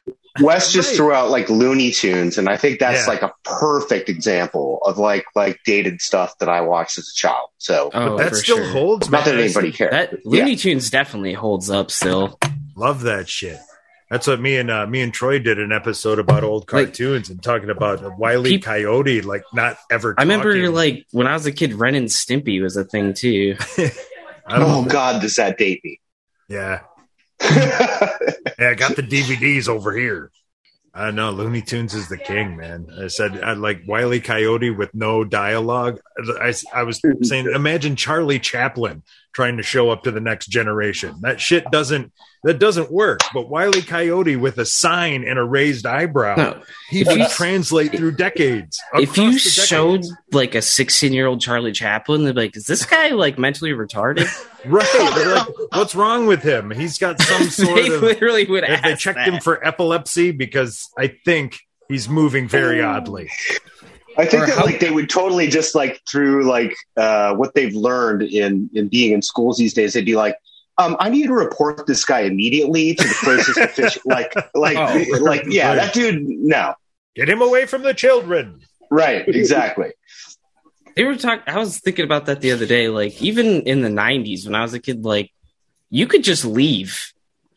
Wes just threw out like Looney Tunes, and I think that's Yeah. like a perfect example of like like dated stuff that I watched as a child. So Oh, that for still sure. holds. not that man. anybody cares. That Looney Tunes definitely holds up still. Love that shit. That's what me and uh, me and Troy did an episode about old Like- cartoons and talking about Wiley Peop- Coyote, like not ever. I remember talking. like when I was a kid, Ren and Stimpy was a thing too. I'm- oh God, does that date me? yeah, yeah. I got the DVDs over here. I know Looney Tunes is the king, man. I said I like Wiley Coyote with no dialogue. I, I was saying, imagine Charlie Chaplin trying to show up to the next generation. That shit doesn't that doesn't work. But Wiley Coyote with a sign and a raised eyebrow. No, He If would you- translate through decades. if you Uh, across the showed decades. like a 16 year old Charlie Chaplin, they'd be like, "Is this guy like mentally retarded?" right, they're like, what's wrong with him? He's got some sort they of. literally would If ask. they checked him for epilepsy, because I think he's moving very Oh. oddly. I think Or that how- like they would totally just like through like uh, what they've learned in in being in schools these days, they'd be like, um, I need to report this guy immediately to the closest official. Like like Oh. like yeah, Right. that dude. No, Get him away from the children. right, exactly. They were talking. I was thinking about that the other day. Like even in the 90s, when I was a kid, like you could just leave.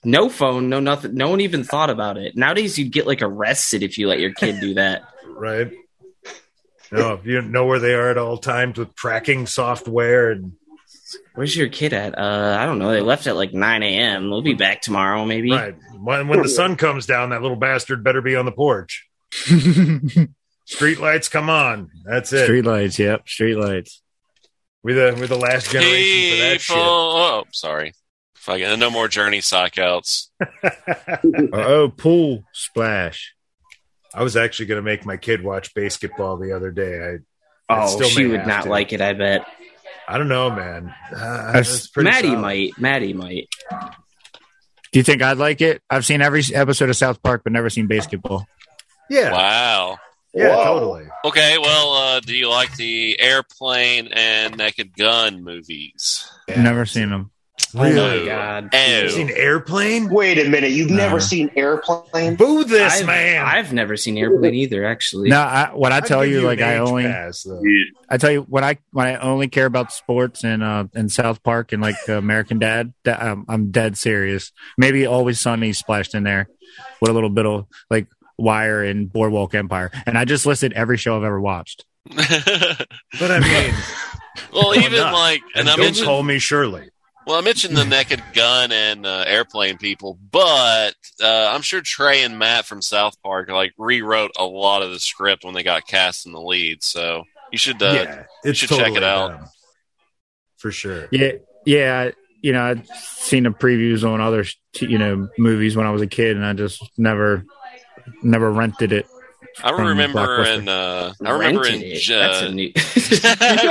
No phone, no nothing. No one even thought about it. Nowadays, you'd get like arrested if you let your kid do that. Right. No, if you know where they are at all times with tracking software and Where's your kid at? Uh, I don't know. They left at like 9 a.m. They'll be back tomorrow, maybe. right when, when the sun comes down, that little bastard better be on the porch. Street lights come on. That's it. Streetlights, yep, streetlights. We're the we're the last generation for that People. shit. Oh, sorry. Fucking no more journey sockouts. Oh, pool splash. I was actually going to make my kid watch basketball the other day. I, I Oh, still she may would have not to. like it. I bet. I don't know, man. Uh, I've- it's pretty Maddie solid. might. Maddie might. Do you think I'd like it? I've seen every episode of South Park, but never seen basketball. Yeah, Wow. yeah, Whoa. totally. Oh Okay, well, uh, do you like the airplane and Naked Gun movies? Never seen them. Oh Really? my god. You Oh, seen airplane? Wait a minute, you've No. never seen Airplane? Boo this I've, man! I've never seen Airplane either, actually. No, I, what I I'd tell give you, like an I age only, pass, though. I tell you when I when I only care about sports and uh and South Park and like uh, American Dad, that, um, I'm dead serious. Maybe Always Sunny splashed in there with a little bit of like Wire and Boardwalk Empire, and I just listed every show I've ever watched. But I mean, well, even not? like, and and I don't mentioned, call me Shirley. well, I mentioned the Naked Gun and uh, airplane people, but uh, I'm sure Trey and Matt from South Park like rewrote a lot of the script when they got cast in the lead. So you should, uh, yeah, it's should check it totally out. them. for sure. Yeah, yeah. You know, I'd seen the previews on other you know movies when I was a kid, and I just never never rented it. I from remember Blockbuster. in, uh, I remember in, Rented it. uh, That's a new.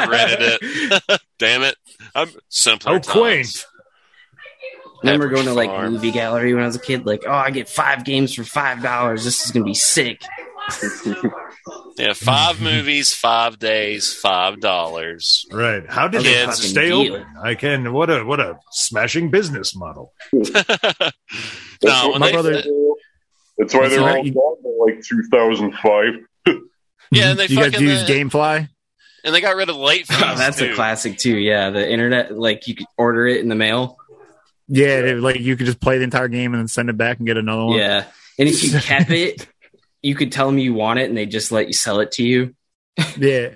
rented it. Damn it, I'm simpler. Oh, How times. quaint! Remember going to like Farm. movie gallery when I was a kid? Like, oh, I get five games for five dollars. This is gonna be sick. Yeah, five Mm-hmm. movies, five days, five dollars. Right? How did That's a it fucking stay deal. open? I can. What a what a smashing business model. no, when My they, uh, brother- That's why That's they're right. all gone by like 2005. Yeah, and they you guys fucking, use uh, GameFly. and they got rid of late fees. Oh, that's too. a classic too. Yeah, the internet, like you could order it in the mail. Yeah, they- like you could just play the entire game and then send it back and get another one. Yeah, and if you kept it, you could tell them you want it, and they just let you sell it to you. Yeah.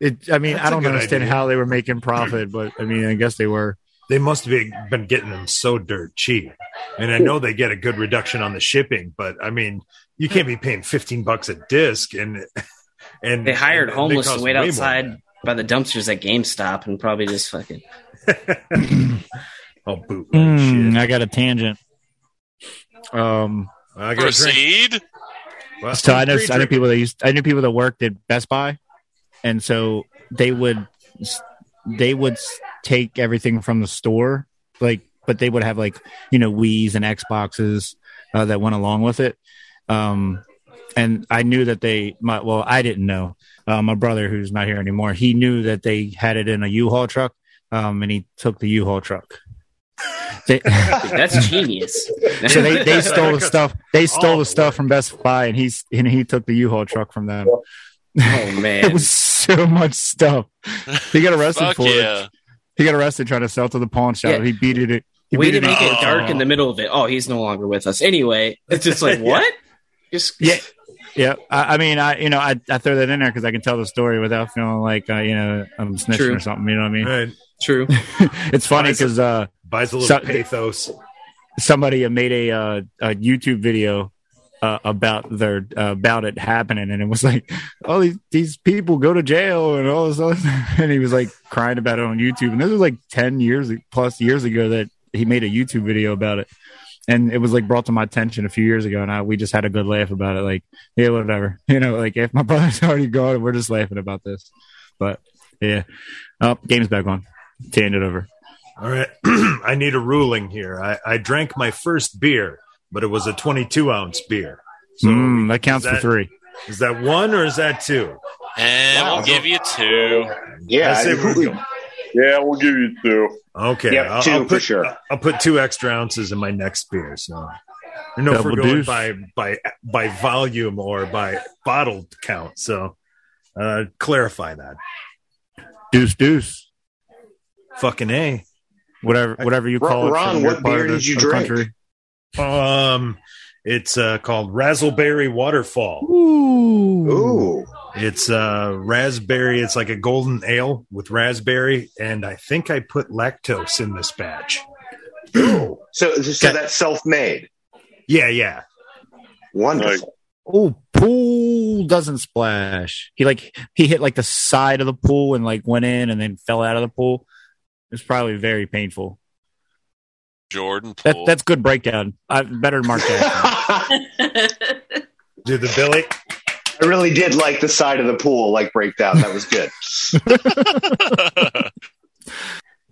It, I mean, That's I a don't good understand idea. how they were making profit, but I mean, I guess they were. They must have been getting them so dirt cheap. And I know they get a good reduction on the shipping, but I mean, you can't be paying fifteen bucks a disc and and Mm-hmm. They hired and homeless cost to wait way more than outside by the dumpsters at GameStop and probably just fucking. that. oh bootleg shit. Hmm, I got a tangent. Um, I got Proceed. Well, so I know free I knew drink. people that used I knew people that worked at Best Buy, and so they would they would s- take everything from the store, like, but they would have like you know Wii's and Xboxes uh, that went along with it. Um, and I knew that they, my, well, I didn't know. Uh, my brother, who's not here anymore, he knew that they had it in a U-Haul truck, um, and he took the U-Haul truck. They, That's genius. so they, they stole the stuff. They stole Oh. the stuff from Best Buy, and he's and he took the U-Haul truck from them. Oh man, it was so much stuff. He got arrested Fuck for yeah. it. He got arrested trying to sell to the pawn shop. Yeah. He beat it. He Way to beat make into- it dark in the middle of it. Oh, he's no longer with us. Anyway, it's just like uh, Yeah. what? Just Yeah, yeah. I, I mean, I you know, I, I throw that in there because I can tell the story without feeling like uh, you know I'm snitching True. or something. You know what I mean? Right. true. It's funny because uh, Buys a little So- pathos. somebody had made a uh, a YouTube video uh, about their uh, about it happening, and it was like all these these people go to jail and all this other. And he was like crying about it on YouTube, and this was like ten years plus years ago that he made a YouTube video about it, and it was like brought to my attention a few years ago, and I, we just had a good laugh about it. Like yeah, whatever, you know, like if my brother's already gone, we're just laughing about this. But yeah, oh, game's back on. Hand it over. All right. I need a ruling here. I, I drank my first beer, but it was a 22 ounce beer. So Mm, that counts that- for three. is that one or is that two? And Wow. we'll give you two. Yeah, I say who- we're going- Yeah, we'll give you two. Okay. Yep, two for put, uh, sure. I'll put two extra ounces in my next beer. So I don't know if we're Double going deuce. by, by, by volume or by bottle count. So uh, clarify that. Deuce, deuce. Fucking A. whatever whatever you Ro- call it. Ron, from your what part beer of the- did you of the drink? country. Um, it's uh, called Razzleberry Waterfall. Ooh, It's uh raspberry. It's like a golden ale with raspberry, and I think I put lactose in this batch. so so that's self-made. Yeah, yeah. Wonderful. Oh, pool doesn't splash. He like he hit like the side of the pool and like went in and then fell out of the pool. It's probably very painful. Jordan That Poole. that's good breakdown. I better than Mark Jackson. I Do the Billy. really did like the side of the pool, like breakdown. That was good.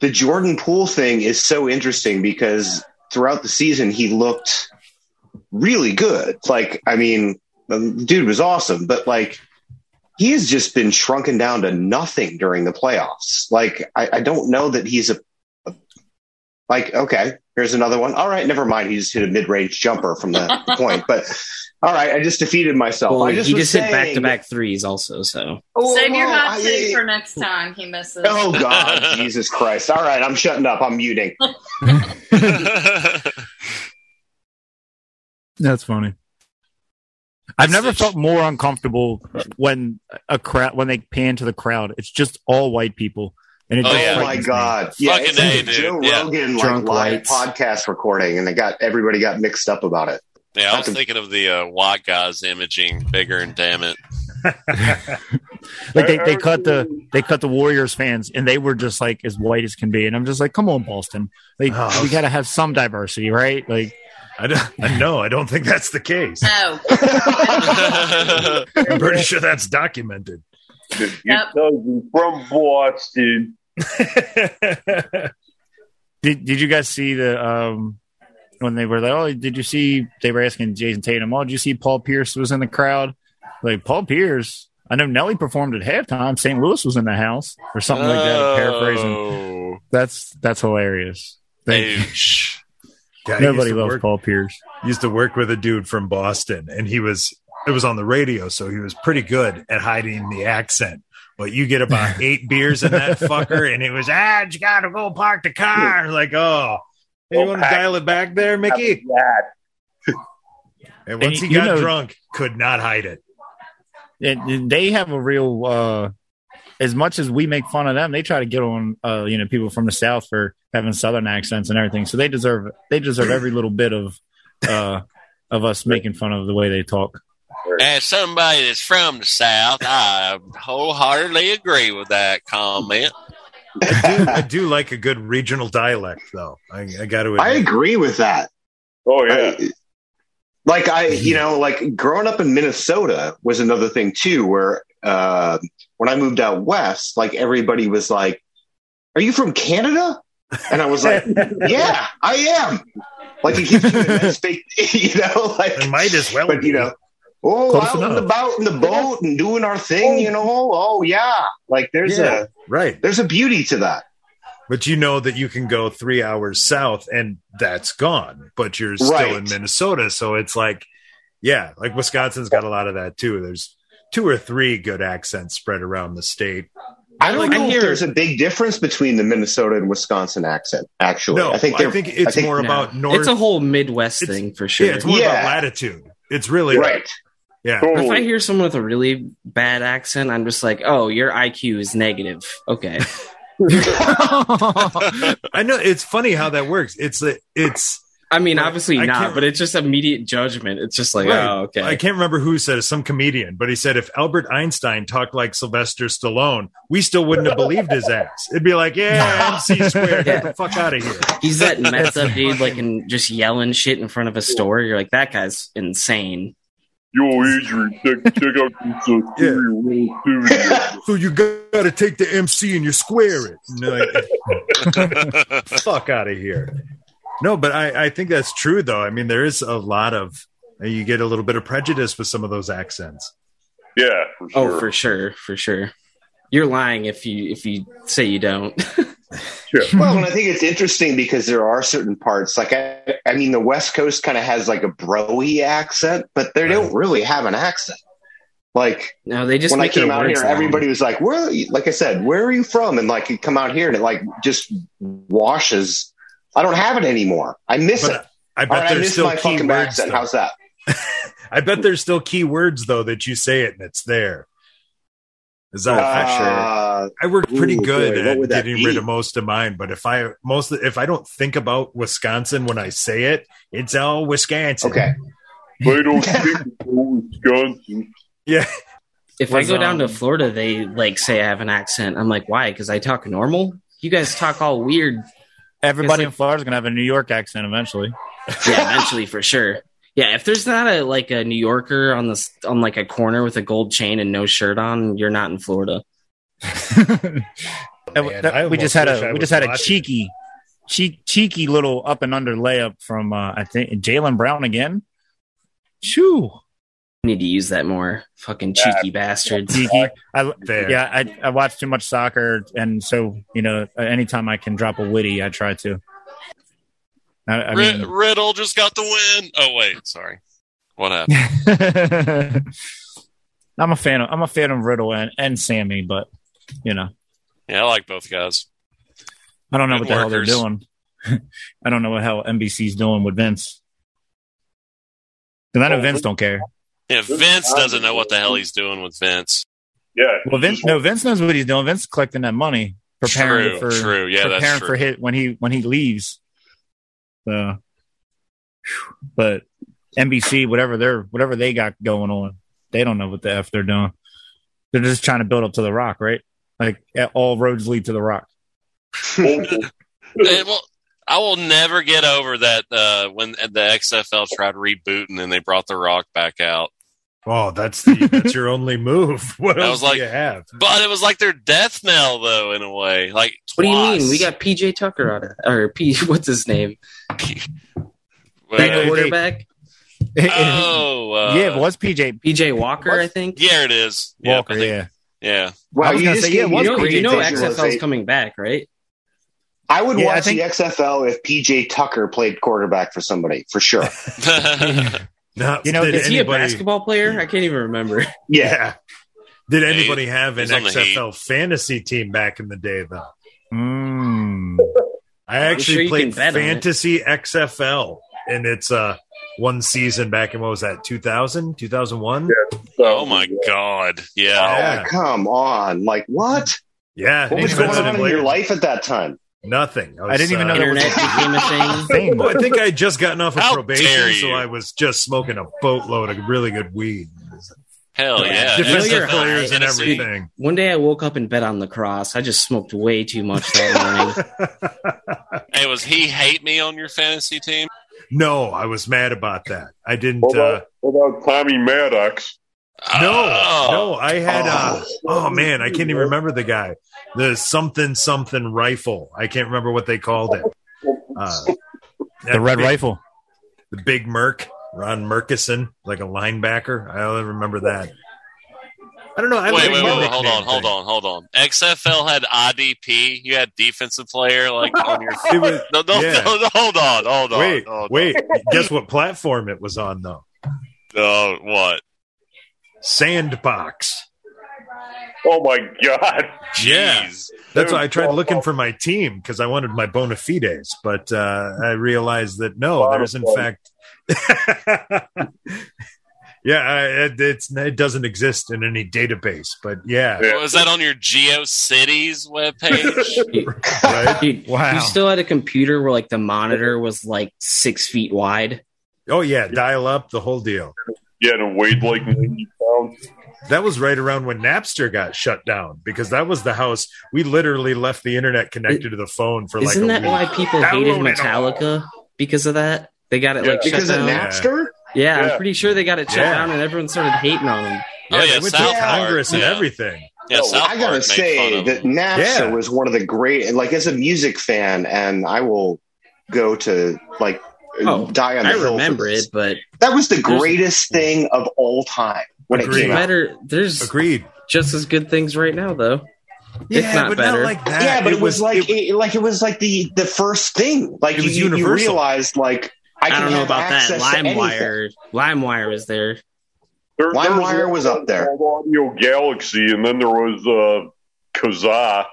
the Jordan Poole thing is so interesting because throughout the season he looked really good. Like, I mean, the dude was awesome, but like he has just been shrunken down to nothing during the playoffs. Like, I, I don't know that he's a, like, okay, here's another one. All right, never mind. He just hit a mid range jumper from the point. But all right, I just defeated myself. Well, I just he was just hit saying- back to back threes also. So Oh, Save your well, hot I- take for next time he misses. Oh God, Jesus Christ! All right, I'm shutting up. I'm muting. that's funny. I've never Such- felt more uncomfortable when a crowd when they pan to the crowd. It's just all white people, and it Oh, just yeah. Oh my frightens me. god! Yeah, Fucking it's like A, a dude. Joe Yeah. Rogan like Drunk live whites. podcast recording, and they got everybody got mixed up about it. yeah, I was Fucking- thinking of the uh, white guys imaging bigger and damn it. Like they, they cut the they cut the Warriors fans and they were just like as white as can be. And I'm just like, come on, Boston. Like Oh. we gotta have some diversity, right? Like I don't. I know. I don't think that's the case. No. I'm pretty sure that's documented. If your Yep. cousin from Boston. did did you guys see the um when they were like, Oh, did you see they were asking Jason Tatum, Oh, did you see Paul Pierce was in the crowd? Like Paul Pierce. I know Nelly performed at halftime. St. Louis was in the house or something like that. I'm Paraphrasing. Oh. That's that's hilarious. They- Ouch. God, I Nobody used to loves work- Paul Pierce. used to work with a dude from Boston, and he was it was on the radio, so he was pretty good at hiding the accent. But you get about eight beers in that fucker, and it was ah, you gotta go park the car. Like, oh, hey, you want to Okay. dial it back there, Mickey? That. And once he you got know- drunk, could not hide it. and they have a real uh as much as we make fun of them they try to get on uh you know people from the south for having southern accents and everything so they deserve they deserve every little bit of uh of us making fun of the way they talk As somebody that's from the South, I wholeheartedly agree with that comment. I do, I do like a good regional dialect, though. I, I got to. I agree with that. Oh yeah. I- like I, you know, like growing up in Minnesota was another thing too, where uh, when I moved out west, like everybody was like, "Are you from Canada?" And I was like, "Yeah, I am." Like it gives you a nice big, you know, like It might as well. but you be. know, oh, Close out enough. and about in the boat and doing our thing, you know. Oh yeah, like there's Yeah. a right? there's a beauty to that. But you know that you can go three hours south and that's gone, but you're still Right. in Minnesota. So it's like, yeah, like Wisconsin's got a lot of that too. There's two or three good accents spread around the state. I don't Like, I know hear- if there's a big difference between the Minnesota and Wisconsin accent. Actually, No, I think I they're- think it's more about No. north- It's a whole Midwest It's- thing for sure. Yeah, it's more Yeah. about latitude. It's really right. Yeah. If I hear someone with a really bad accent, I'm just like, oh, your IQ is negative. Okay. I know it's funny how that works. It's a, it's I mean, obviously I not, can't- but it's just immediate judgment. It's just like, Right. oh, okay. I can't remember who said it, some comedian, but he said if Albert Einstein talked like Sylvester Stallone, we still wouldn't have believed his ass. It'd be like, yeah, MC squared, get the fuck out of here. He's that messed up dude, like, and just yelling shit in front of a store. You're like, that guy's insane. Yo, Adrian, check, check out this uh, theory relativity. So you gotta take the MC and you square it. And they're like, fuck out of here. No, but I, I think that's true though. I mean, there is a lot of you get a little bit of prejudice with some of those accents. Yeah, for sure. Oh, for sure, for sure. You're lying if you if you say you don't. Well, and I think it's interesting because there are certain parts, like I, I mean, the West Coast kind of has like a broy accent, but they don't really have an accent. Like No, they just when I make came their out words here, loud. everybody was like, "Where?" Like I said, "Where are you from?" And like, you come out here, and it like just washes. I don't have it anymore. I miss it. But I All bet right, I there's miss still my key fucking words. accent. though. How's that? I bet there's still key words though that you say it and it's there. Is that Uh, I work pretty Ooh, good boy, what at would that getting be? rid of most of mine, but if I most if I don't think about Wisconsin when I say it, it's all Wisconsin. okay. They don't think it's all Wisconsin. Yeah. if I was, go down to um, Florida, they like say I have an accent. I'm like, why? Because I talk normal. You guys talk all weird. Everybody It's like- in Florida's gonna have a New York accent eventually. Yeah, eventually for sure. Yeah, if there's not a like a New Yorker on this on like a corner with a gold chain and no shirt on, you're not in Florida. That- Man, that- I we almost just had wish I a we was just had a watching. cheeky, cheek, cheeky little up and under layup from uh, I think Jalen Brown again. Shoo, I need to use that more. Fucking cheeky bastards. cheeky. I, There. yeah, I I watch too much soccer, and so you know, anytime I can drop a witty, I try to. I, I Ri- mean, Riddle just got the win. Oh wait, sorry. What happened? I'm a fan. Of, I'm a fan of Riddle and, and Sammy, but you know, Yeah, I like both guys. I don't know Good what the workers. hell they're doing. I don't know what hell NBC's doing with Vince. Because I know Oh, Vince don't care. Yeah, Vince doesn't know what the hell he's doing with Vince. Yeah. Well, Vince, no, Vince knows what he's doing. Vince collecting that money, preparing True, it for true. Yeah, that's preparing for true. hit when he when he leaves. So, but NBC, whatever they're whatever they got going on, they don't know what the f they're doing. They're just trying to build up to the Rock, right? Like eh, all roads lead to the Rock. Eh, well, I will never get over that uh, when the XFL tried rebooting and they brought The Rock back out. Oh, that's the, that's your only move. What I else was like- do you have? But it was like their death knell, though, in a way. Like, What do you twice. mean? We got PJ Tucker out of or P what's his name? Uh, Quarterback? oh, uh, yeah, it was PJ PJ Walker, What? I think. yeah, it is. Yep, I Walker. think- yeah, yeah. Wow, I was you gonna just say, yeah, gave me one a You know, great you know XFL's visualization. coming back, right? I would Yeah, I watch think- the XFL if PJ Tucker played quarterback for somebody for sure. Not, You know, did is Is he a anybody, basketball player? I can't even remember. Yeah, Yeah. Did anybody have an he's on the XFL fantasy team back in the day though? Mm. I I'm sure actually you played can bet on it. fantasy XFL and it's uh one season back in what was that 2000 2001 oh my god. Yeah. Yeah. Oh, come on, like what? yeah What was going Benson on in Blair- your life at that time? nothing I didn't even know uh, there was Internet became a thing. Thing. Well, I think I had just gotten off of How dare probation, you. so I was just smoking a boatload of really good weed. Hell Oh, yeah. Defensive You're high, players and Tennessee. everything. One day I woke up and bet on lacrosse. I just smoked way too much that morning. Hey, was he hate me on your fantasy team? No, I was mad about that. I didn't. What Uh, about, what about Tommy Maddox? no, Oh. no, I had. Uh, Oh. oh man, I can't even remember the guy. The something something rifle. I can't remember what they called it. Uh, the Red big, Rifle. the big Merc, Ron Murkison, like a linebacker. I only remember that. I don't know. I wait, like wait, my wait, wait, hold nickname on, hold on, hold on. XFL had IDP. You had defensive player like on your. It was- no, no, yeah. no, no, hold on, hold on. wait, hold wait. Guess what platform it was on though? On. Oh, what? Sandbox. Oh my god! Yeah. Jeez. That's Dude, why I tried well, looking for my team because I wanted my bona fides, but uh, I realized that no, there's in fact. yeah, I, it, it's, it doesn't exist in any database, but yeah, Yeah. Was that on your GeoCities webpage? right? Dude, Wow. You still had a computer where like the monitor was like six feet wide. Oh yeah, dial up the whole deal. Yeah, and it weighed like ninety pounds. That was right around when Napster got shut down because that was the house we literally left the internet connected to the phone for like. Isn't a that week. why people Download hated it all. Metallica because of that? They got it Yeah. like shut because of down. Napster. yeah, Yeah. I'm pretty sure they got it shut Yeah. down, and everyone started hating on them. Oh, yeah, they went South to Park, Congress and yeah. everything. yeah, South I gotta Park made fun say of that them. Napster Yeah. was one of the great. Like as a music fan, and I will go to like Oh, die on the I hill for remember this. it, but That was the There's- greatest thing of all time when Agreed. it came out. better. There's Agreed. just as good things right now, though. Yeah, not but better. not like that. yeah, but it, was, like it, like it was like the the first thing. Like It was you, you- you universal. realized like I, I, can don't know have about that. access to anything. LimeWire, LimeWire is there. There, Lime there Wire was up there. called Audio Galaxy, and then there was uh, Kazaa.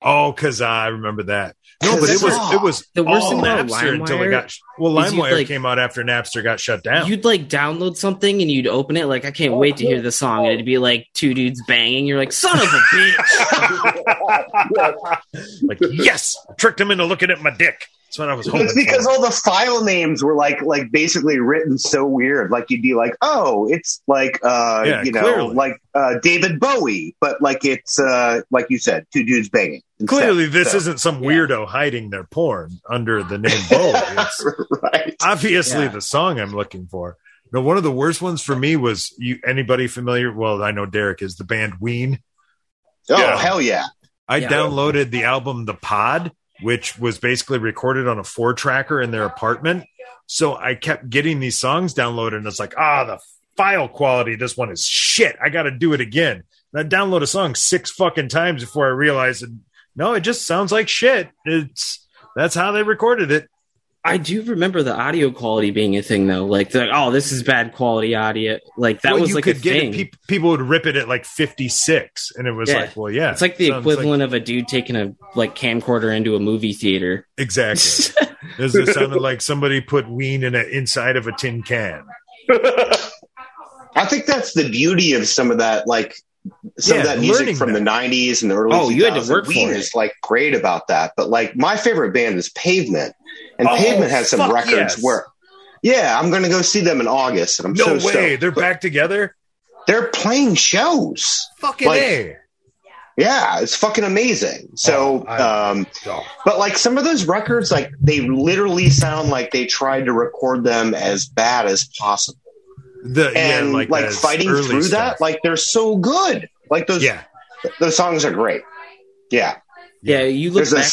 Oh, because I remember that. No, but it was Kazaa. it was The worst all thing about Napster until it LimeWire got. Well, is you, LimeWire like- came out after Napster got shut down. You'd like download something and you'd open it like I Oh, can't wait to hear the song, and it'd be like two dudes banging. You're like, son of a bitch. like yes, tricked him into looking at my dick. That's what I was hoping. It's because for. all the file names were like like basically written so weird. Like you'd be like, oh, it's like uh Yeah, you know clearly. like uh David Bowie, but like it's uh like you said, two dudes banging. instead. Clearly, this So- isn't some weirdo hiding their porn under the name Bo. It's right. obviously Yeah. the song I'm looking for. No, one of the worst ones for me was you. Anybody familiar? Well, I know Derek is the band Ween. Oh Yeah. hell yeah. I Yeah. downloaded the album The Pod, which was basically recorded on a four tracker in their apartment. So I kept getting these songs downloaded, and it's like, ah, the file quality, of this one is shit. I got to do it again. And I download a song six fucking times before I realized, no, it just sounds like shit. It's that's how they recorded it. I do remember the audio quality being a thing though. Like, they're like oh, this is bad quality audio. Like that Well, was you like could a get thing. It, peop- people would rip it at like 56, and it was Yeah. like, well, yeah, it's like the sounds like- equivalent of a dude taking a like camcorder into a movie theater. exactly. This it sounded like somebody put ween in a, inside of a tin can. I think that's the beauty of some of that, like some Yeah, of that learning music from that. the '90s and the early. Oh, you had to 2000s. work for Ween it. is like great about that, but like my favorite band is Pavement, and Oh, Pavement has some fuck records yes. where. Yeah, I'm going to go see them in August, and I'm No so way, stoked. they're back together. They're playing shows. Fucking Like- a. Yeah, it's fucking amazing. So, Oh, I- um, Oh. but like some of those records, like they literally sound like they tried to record them as bad as possible, The, and yeah, like, like, the fighting early through stuff. that, like they're so good. Like those, yeah, those songs are great. Yeah, Yeah, you look there's a back though, and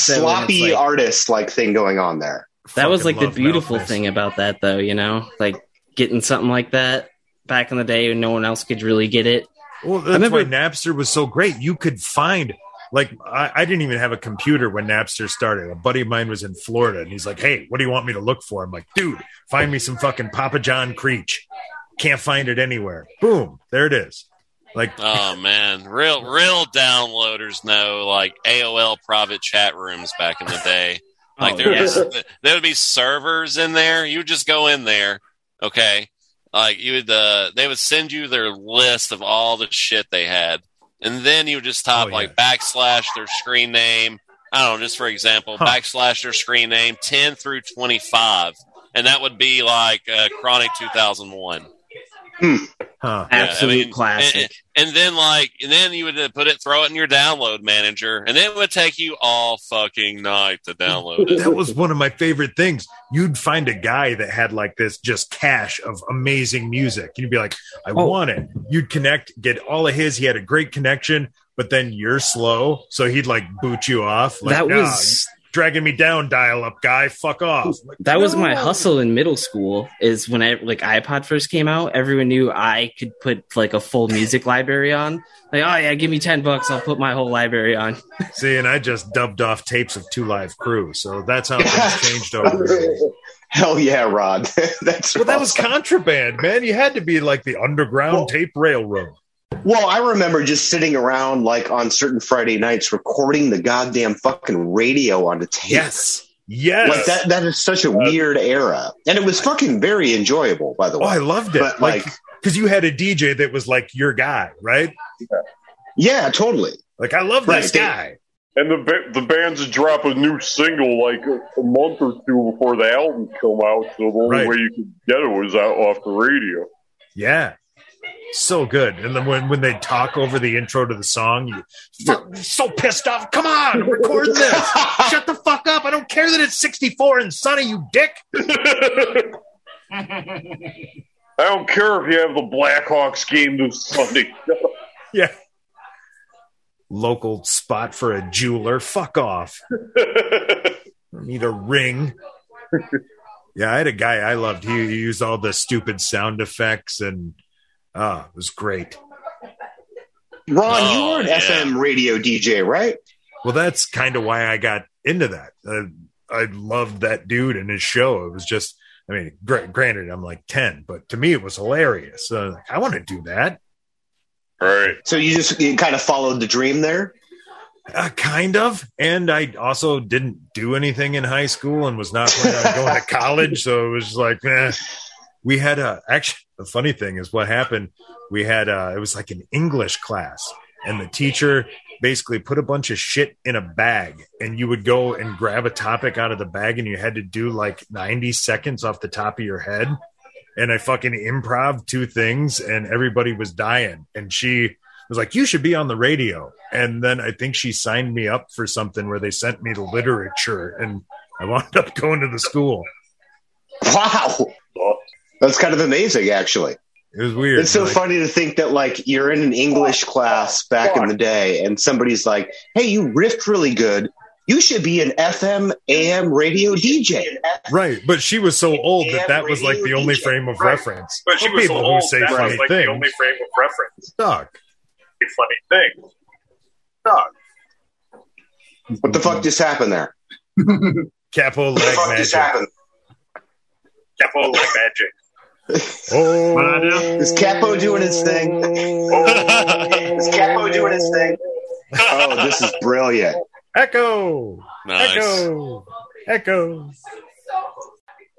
it's sloppy like- artist like thing going on there. that was like Fucking the love beautiful Mouthpiece. thing about that though you know like getting something like that back in the day when no one else could really get it Well, that's remember- why Napster was so great. You could find, like, I, I didn't even have a computer when Napster started. A buddy of mine was in Florida, and he's like, "Hey, what do you want me to look for?" I'm like, "Dude, find me some fucking Papa John Creech." Can't find it anywhere. Boom, there it is. Like, Oh man, real real downloaders know like AOL private chat rooms back in the day. Like Oh, there, yeah. was, there would be servers in there. You would just go in there, okay? Like you would, uh, they would send you their list of all the shit they had, and then you would just type Oh, yeah. like backslash their screen name. I don't know, just for example, Huh. backslash their screen name ten through twenty five, and that would be like uh, Chronic two thousand one. huh? Yeah, I absolute mean, classic and- and then like and then you would uh, put it throw it in your download manager and it would take you all fucking night to download it That was one of my favorite things. You'd find a guy that had like this just cache of amazing music. You'd be like, I Oh. want it. You'd connect, get all of his. He had a great connection, but then you're slow. So he'd like boot you off. Like, that "Nah, was dragging me down, dial up guy. Fuck off. That was my hustle in middle school. Is when I like iPod first came out, everyone knew I could put like a full music library on. Like, oh yeah, give me ten bucks, I'll put my whole library on. See, and I just dubbed off tapes of Two Live Crew, so that's how things changed over. the years. Hell yeah, Rod. That's Well, that was contraband, man. You had to be like the underground tape railroad. Well, I remember just sitting around like on certain Friday nights recording the goddamn fucking radio on the tape. Yes. Yes. Like that that is such a weird era. And it was fucking very enjoyable, by the Oh, way. I loved it. But, like, like- because you had a DJ that was like your guy, right? yeah, totally. Like, I love Right, this they- guy. And the ba- the bands would drop a new single like a month or two before the album come out, so the only Right. way you could get it was out off the radio. Yeah. So good. And then when, when they talk over the intro to the song, you fuck, so pissed off. Come on, I'm recording this. Shut the fuck up. I don't care that it's 64 and sunny, you dick. I don't care if you have the Blackhawks game this Sunday. Yeah. Local spot for a jeweler. Fuck off. I need a ring. yeah, I had a guy I loved. He, he used all the stupid sound effects and uh, it was great. Ron, Oh, you were an yeah. FM radio DJ, right? Well, that's kind of why I got into that. Uh, I loved that dude and his show. It was just, I mean, gr- granted, I'm like 10, but to me, it was hilarious. Uh, like, I want to do that. right. So you just you kind of followed the dream there? Uh, kind of. And I also didn't do anything in high school and was not planning on going to college. So it was just like, eh. we had a, actually, the funny thing is what happened. We had, uh, it was like an English class and the teacher basically put a bunch of shit in a bag and you would go and grab a topic out of the bag and you had to do like 90 seconds off the top of your head. And I fucking improv two things and everybody was dying. And she, was like, "You should be on the radio." And then I think she signed me up for something where they sent me to literature, and I wound up going to the school. Wow. That's kind of amazing, actually. It was weird. It's so Like, funny to think that, like, you're in an English class back in the day, and somebody's like, hey, you riffed really good. You should be an FM AM radio DJ. right? But she was so old that that was like the only frame of reference. But she For was people so who old, say that funny was like things. the only frame of reference. Stuck. The funny thing. Dog. What the fuck just happened there? Capo What the leg fuck magic. just happened? Capo like magic. Oh, What I do? Is Capo doing his thing? Is Capo doing his thing? Oh, this is brilliant. echo, Nice. echo, echo.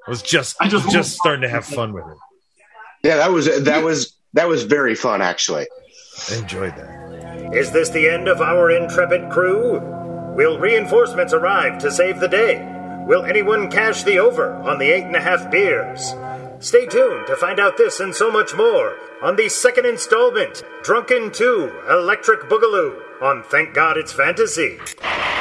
I was just, I just- just starting to have fun with it. Yeah, that was that was that was very fun actually. I enjoyed that. Is this the end of our intrepid crew? Will reinforcements arrive to save the day? Will anyone cash the over on the eight and a half beers? Stay tuned to find out this and so much more on the second installment, Drunken 2 Electric Boogaloo, on Thank God It's Fantasy.